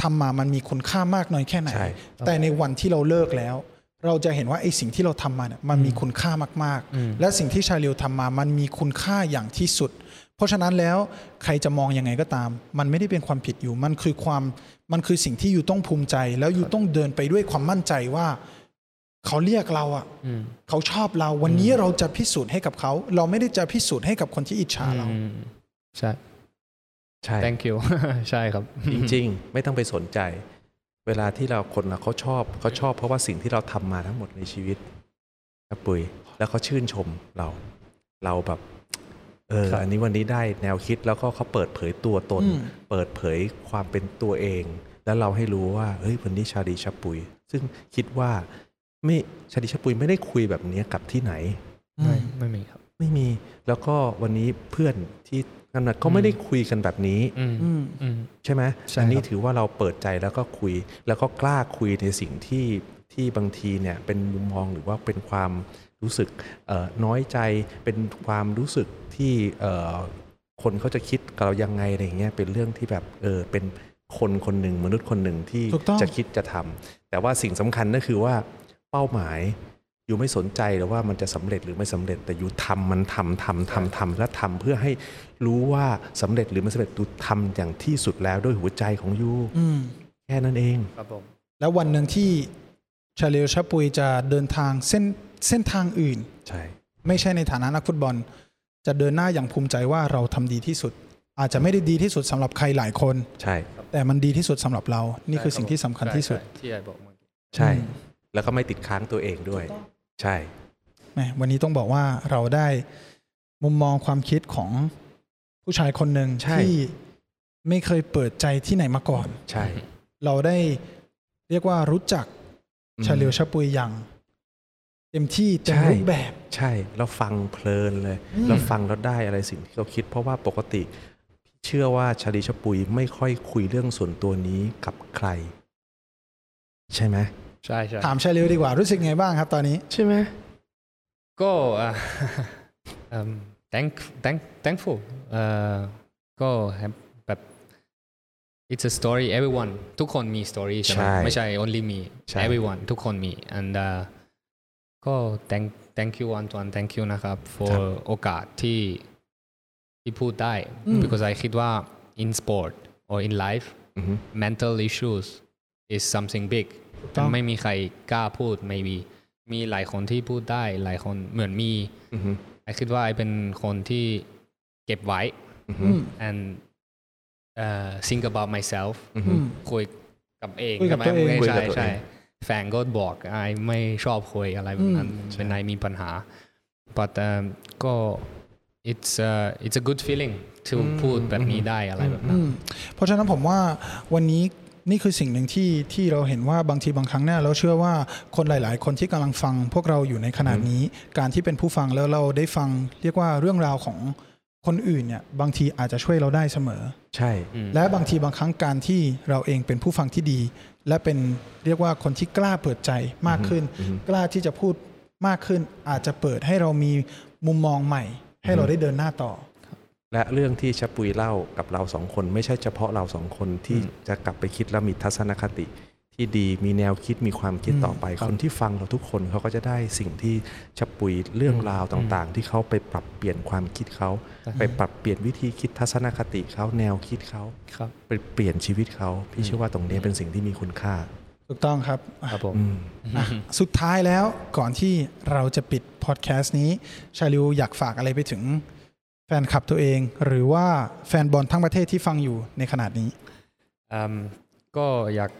ทำมามันมีคุณค่ามากน้อยแค่ไหน ใช่ แต่ในวันที่เราเลิกแล้ว เราจะเห็นว่าไอ้สิ่งที่เราทำมาเนี่ยมันมีคุณค่ามากๆ และสิ่งที่ชาลิวทำมามันมีคุณค่าอย่างที่สุด เพราะฉะนั้นแล้วใครจะมองยังไงก็ตาม มันไม่ได้เป็นความผิดอยู่มันคือความมันคือสิ่งที่อยู่ต้องภูมิใจ แล้วอยู่ต้องเดินไปด้วยความมั่นใจว่า เขาเรียกเราอ่ะ อืม เขาชอบเราวันนี้เราจะพิสูจน์ให้กับเขา เราไม่ได้จะพิสูจน์ให้กับคนที่อิจฉาเรา อืมใช่ ใช่ thank you [LAUGHS] ใช่ครับ จริงๆ ไม่ต้องไปสนใจ เวลาที่เราคนเราเขาชอบเขาชอบเพราะว่าสิ่งที่เราทำมาทั้งหมดในชีวิตครับปุ๋ยแล้วเขาชื่นชมเรา เราแบบ เออ ครับ อันนี้วันนี้ได้แนวคิดแล้วก็เขาเปิดเผยตัวตน อืม เปิดเผยความเป็นตัวเอง แล้วเราให้รู้ว่าเฮ้ยวันนี้ชาดีชาปุย ซึ่งคิดว่าไม่ชาดีชาปุยไม่ได้คุยแบบนี้กับที่ไหน ไม่ไม่มีครับ ไม่มีแล้วก็วันนี้เพื่อนที่นั่นนะก็ไม่ได้คุยกันแบบนี้ อืม อืม อืม ใช่ไหม ใช่ อันี้ ครับ ถือว่าเราเปิดใจแล้วก็คุย แล้วก็กล้าคุยในสิ่งที่ที่บางทีเนี่ยเป็นมุมมองหรือว่าเป็นความรู้สึกเอ่อน้อยใจ เป็นความรู้สึกที่เอ่อคนเขาจะคิดกับเรายังไงอะไรอย่างเงี้ย เป็นเรื่องที่แบบเออเป็นคนคนหนึ่งมนุษย์คนหนึ่งที่ ถูกต้อง จะคิดจะทำแต่ว่าสิ่งสำคัญก็คือว่าเป้าหมาย อยู่ไม่สนใจหรือว่ามันจะสำเร็จหรือไม่สำเร็จแต่อยู่ทำมันทำทำทำทำและทำเพื่อให้รู้ว่าสำเร็จหรือไม่สำเร็จดูทำอย่างที่สุดแล้วด้วยหัวใจของยู อืม แค่นั้นเอง ครับผม แล้ววันหนึ่งที่ชาลิวชาปุยจะเดินทางเส้นเส้นทางอื่น ใช่ ไม่ใช่ในฐานะนักฟุตบอล จะเดินหน้าอย่างภูมิใจว่าเราทำดีที่สุด อาจจะไม่ได้ดีที่สุดสำหรับใครหลายคน ใช่ แต่มันดีที่สุดสำหรับเรา นี่คือสิ่งที่สำคัญที่สุด ใช่ใช่ที่ไอบอกเมื่อกี้ ใช่ แล้วก็ไม่ติดค้างตัวเองด้วย ใช่ แหมวันนี้ต้องบอกว่าเราได้มุมมองความคิดของผู้ชายคนหนึ่ง ใช่ ที่ไม่เคยเปิดใจที่ไหนมาก่อน ใช่ เราได้เรียกว่ารู้จักชาลิวชาปุยอย่างเต็มที่เต็มรูปแบบ ใช่เราฟังเพลินเลยเราฟังแล้วได้อะไรสิ่งที่เราคิด เพราะว่าปกติพี่เชื่อว่าชาลีชะปุยไม่ค่อยคุยเรื่องส่วนตัวนี้กับใคร ใช่ไหม ใช่ใช่ ถามชาลิวดีกว่ารู้สึกไงบ้างครับตอนนี้ ใช่ไหม ก็ [LAUGHS] อ่ะ อืม thank thank thankful เอ่อก็แบบ it's a story everyone ทุกคนมี story ใช่ไหม ใช่ ไม่ใช่ only me ใช่ everyone ทุกคนมี and uh, ก็ thank thank you one to one thank you นะครับ for โอกาสที่ที่พูดได้ because I คิดว่า in sport or in life อือฮึ mental issues is something big ต้อง ไม่มีใครกล้าพูด maybe มีหลายคนที่พูดได้หลายคนเหมือนมี อือฮึ ไอคิดว่าไอเป็นคนที่เก็บไว้ อือฮึ อืม and uh, think about myself อือฮึ อืม คุยกับเอง คุยกับ ใช่ ตัวเอง ไหม คุยกับ ใช่ ตัวเอง ใช่แฟนก็บอกไอไม่ชอบคุยอะไรแบบนั้นเป็นไอมีปัญหา but um, ก็ it's uh, it's a good feeling to พูดแบบนี้ได้อะไรแบบนั้น อืมเพราะฉะนั้นผมว่าวันนี้นี่คือสิ่งหนึ่งที่ที่เราเห็นว่าบางทีบางครั้งเนี่ยเราเชื่อว่าคนหลาย ๆ คนที่กำลังฟังพวกเราอยู่ในขณะนี้ การที่เป็นผู้ฟังแล้วเราได้ฟัง เรียกว่าเรื่องราวของคนอื่นเนี่ยบางทีอาจจะช่วยเราได้เสมอ ใช่ และบางทีบางครั้งการที่เราเองเป็นผู้ฟังที่ดี และเป็นเรียกว่าคนที่กล้าเปิดใจมากขึ้น กล้าที่จะพูดมากขึ้น อาจจะเปิดให้เรามีมุมมองใหม่ ให้เราได้เดินหน้าต่อ และเรื่องที่ชะปุยเล่ากับเราสองคน ไม่ใช่เฉพาะเราสองคนที่จะกลับไปคิดแล้วมีทัศนคติ ที่ดีมีแนวคิดมีความคิดต่อไป คนที่ฟังเราทุกคนเขาก็จะได้สิ่งที่ชะปุยเรื่องราวต่างๆ ที่เขาไปปรับเปลี่ยนความคิดเขา ไปปรับเปลี่ยนวิธีคิดทัศนคติเขาแนวคิดเขา ครับ ไปเปลี่ยนชีวิตเขาพี่เชื่อว่าตรงนี้เป็นสิ่งที่มีคุณค่า ถูกต้องครับ ครับผม อืม อ่ะสุดท้ายแล้วก่อนที่เราจะปิดพอดแคสต์นี้ ชาลิวอยากฝากอะไรไปถึงแฟนคลับตัวเอง หรือว่าแฟนบอลทั้งประเทศที่ฟังอยู่ในขนาดนี้ um, ก็อยาก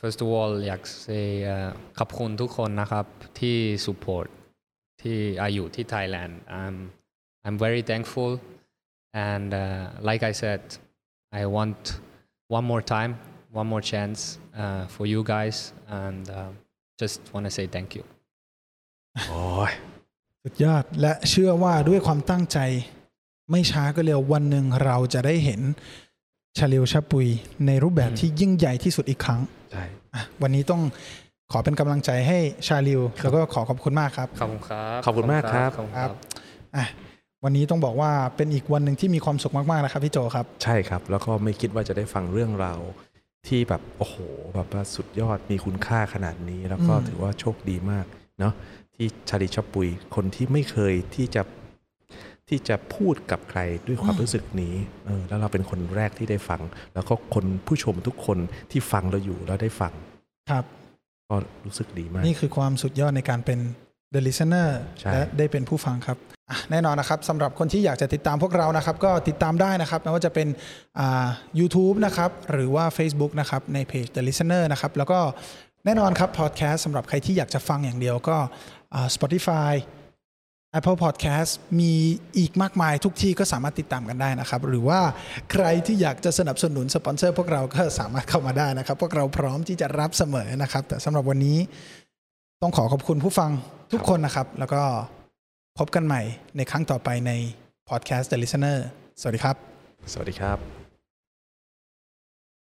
first of all อยาก say เอ่อขอบคุณทุกคนนะครับที่ support ที่อายุที่ Thailand I'm I'm very thankful and uh, like I said I want one more time one more chance uh, for you guys and uh, just want to say thank you โอ้ย สุดยอดและเชื่อว่าด้วยความตั้งใจ ไม่ช้าก็เร็ววันหนึ่งเราจะได้เห็นชาลิวชาปุย ในรูปแบบที่ยิ่งใหญ่ที่สุดอีกครั้ง ใช่ อ่ะวันนี้ต้องขอเป็นกำลังใจให้ชาลิวแล้วก็ขอขอบคุณมากครับ ขอบคุณครับ ขอบคุณมากครับ ขอณครับ อ่ะวันนี้ต้องบอกว่าเป็นอีกวันหนึ่งที่มีความสุขมากๆนะครับพี่โจครับ ใช่ครับ แล้วก็ไม่คิดว่าจะได้ฟังเรื่องราวที่แบบ โอ้โห แบบว่าสุดยอดมีคุณค่าขนาดนี้ แล้วก็ อืม ถือว่าโชคดีมากเนาะที่ชาลีชอบปุย คนที่ไม่เคยที่จะที่จะพูดกับใครด้วยความรู้สึกนี้เออแล้วเราเป็นคนแรกที่ได้ฟัง แล้วก็คนผู้ชมทุกคนที่ฟังเราอยู่แล้วได้ฟัง ครับ ก็รู้สึกดีมาก นี่คือความสุดยอดในการเป็น The Listener ใช่ และได้เป็นผู้ฟังครับอ่ะแน่นอนนะครับสำหรับคนที่อยากจะติดตามพวกเรานะครับ ก็ติดตามได้นะครับไม่ว่าจะเป็นอ่า YouTube นะครับ หรือว่า Facebook นะครับ ในเพจ The Listener นะครับ แล้วก็แน่นอนครับพอดแคสต์สำหรับใครที่อยากจะฟังอย่างเดียวก็อ่า Spotify Apple Podcast มีอีกมากมายทุกที่ก็สามารถติดตามกันได้นะครับ หรือว่าใครที่อยากจะสนับสนุนสปอนเซอร์พวกเราก็สามารถเข้ามาได้นะครับ พวกเราพร้อมที่จะรับเสมอนะครับ แต่สำหรับวันนี้ ต้องขอขอบคุณผู้ฟังทุกคนนะครับ แล้วก็พบกันใหม่ในครั้งต่อไปใน Podcast The Listener สวัสดีครับ สวัสดีครับ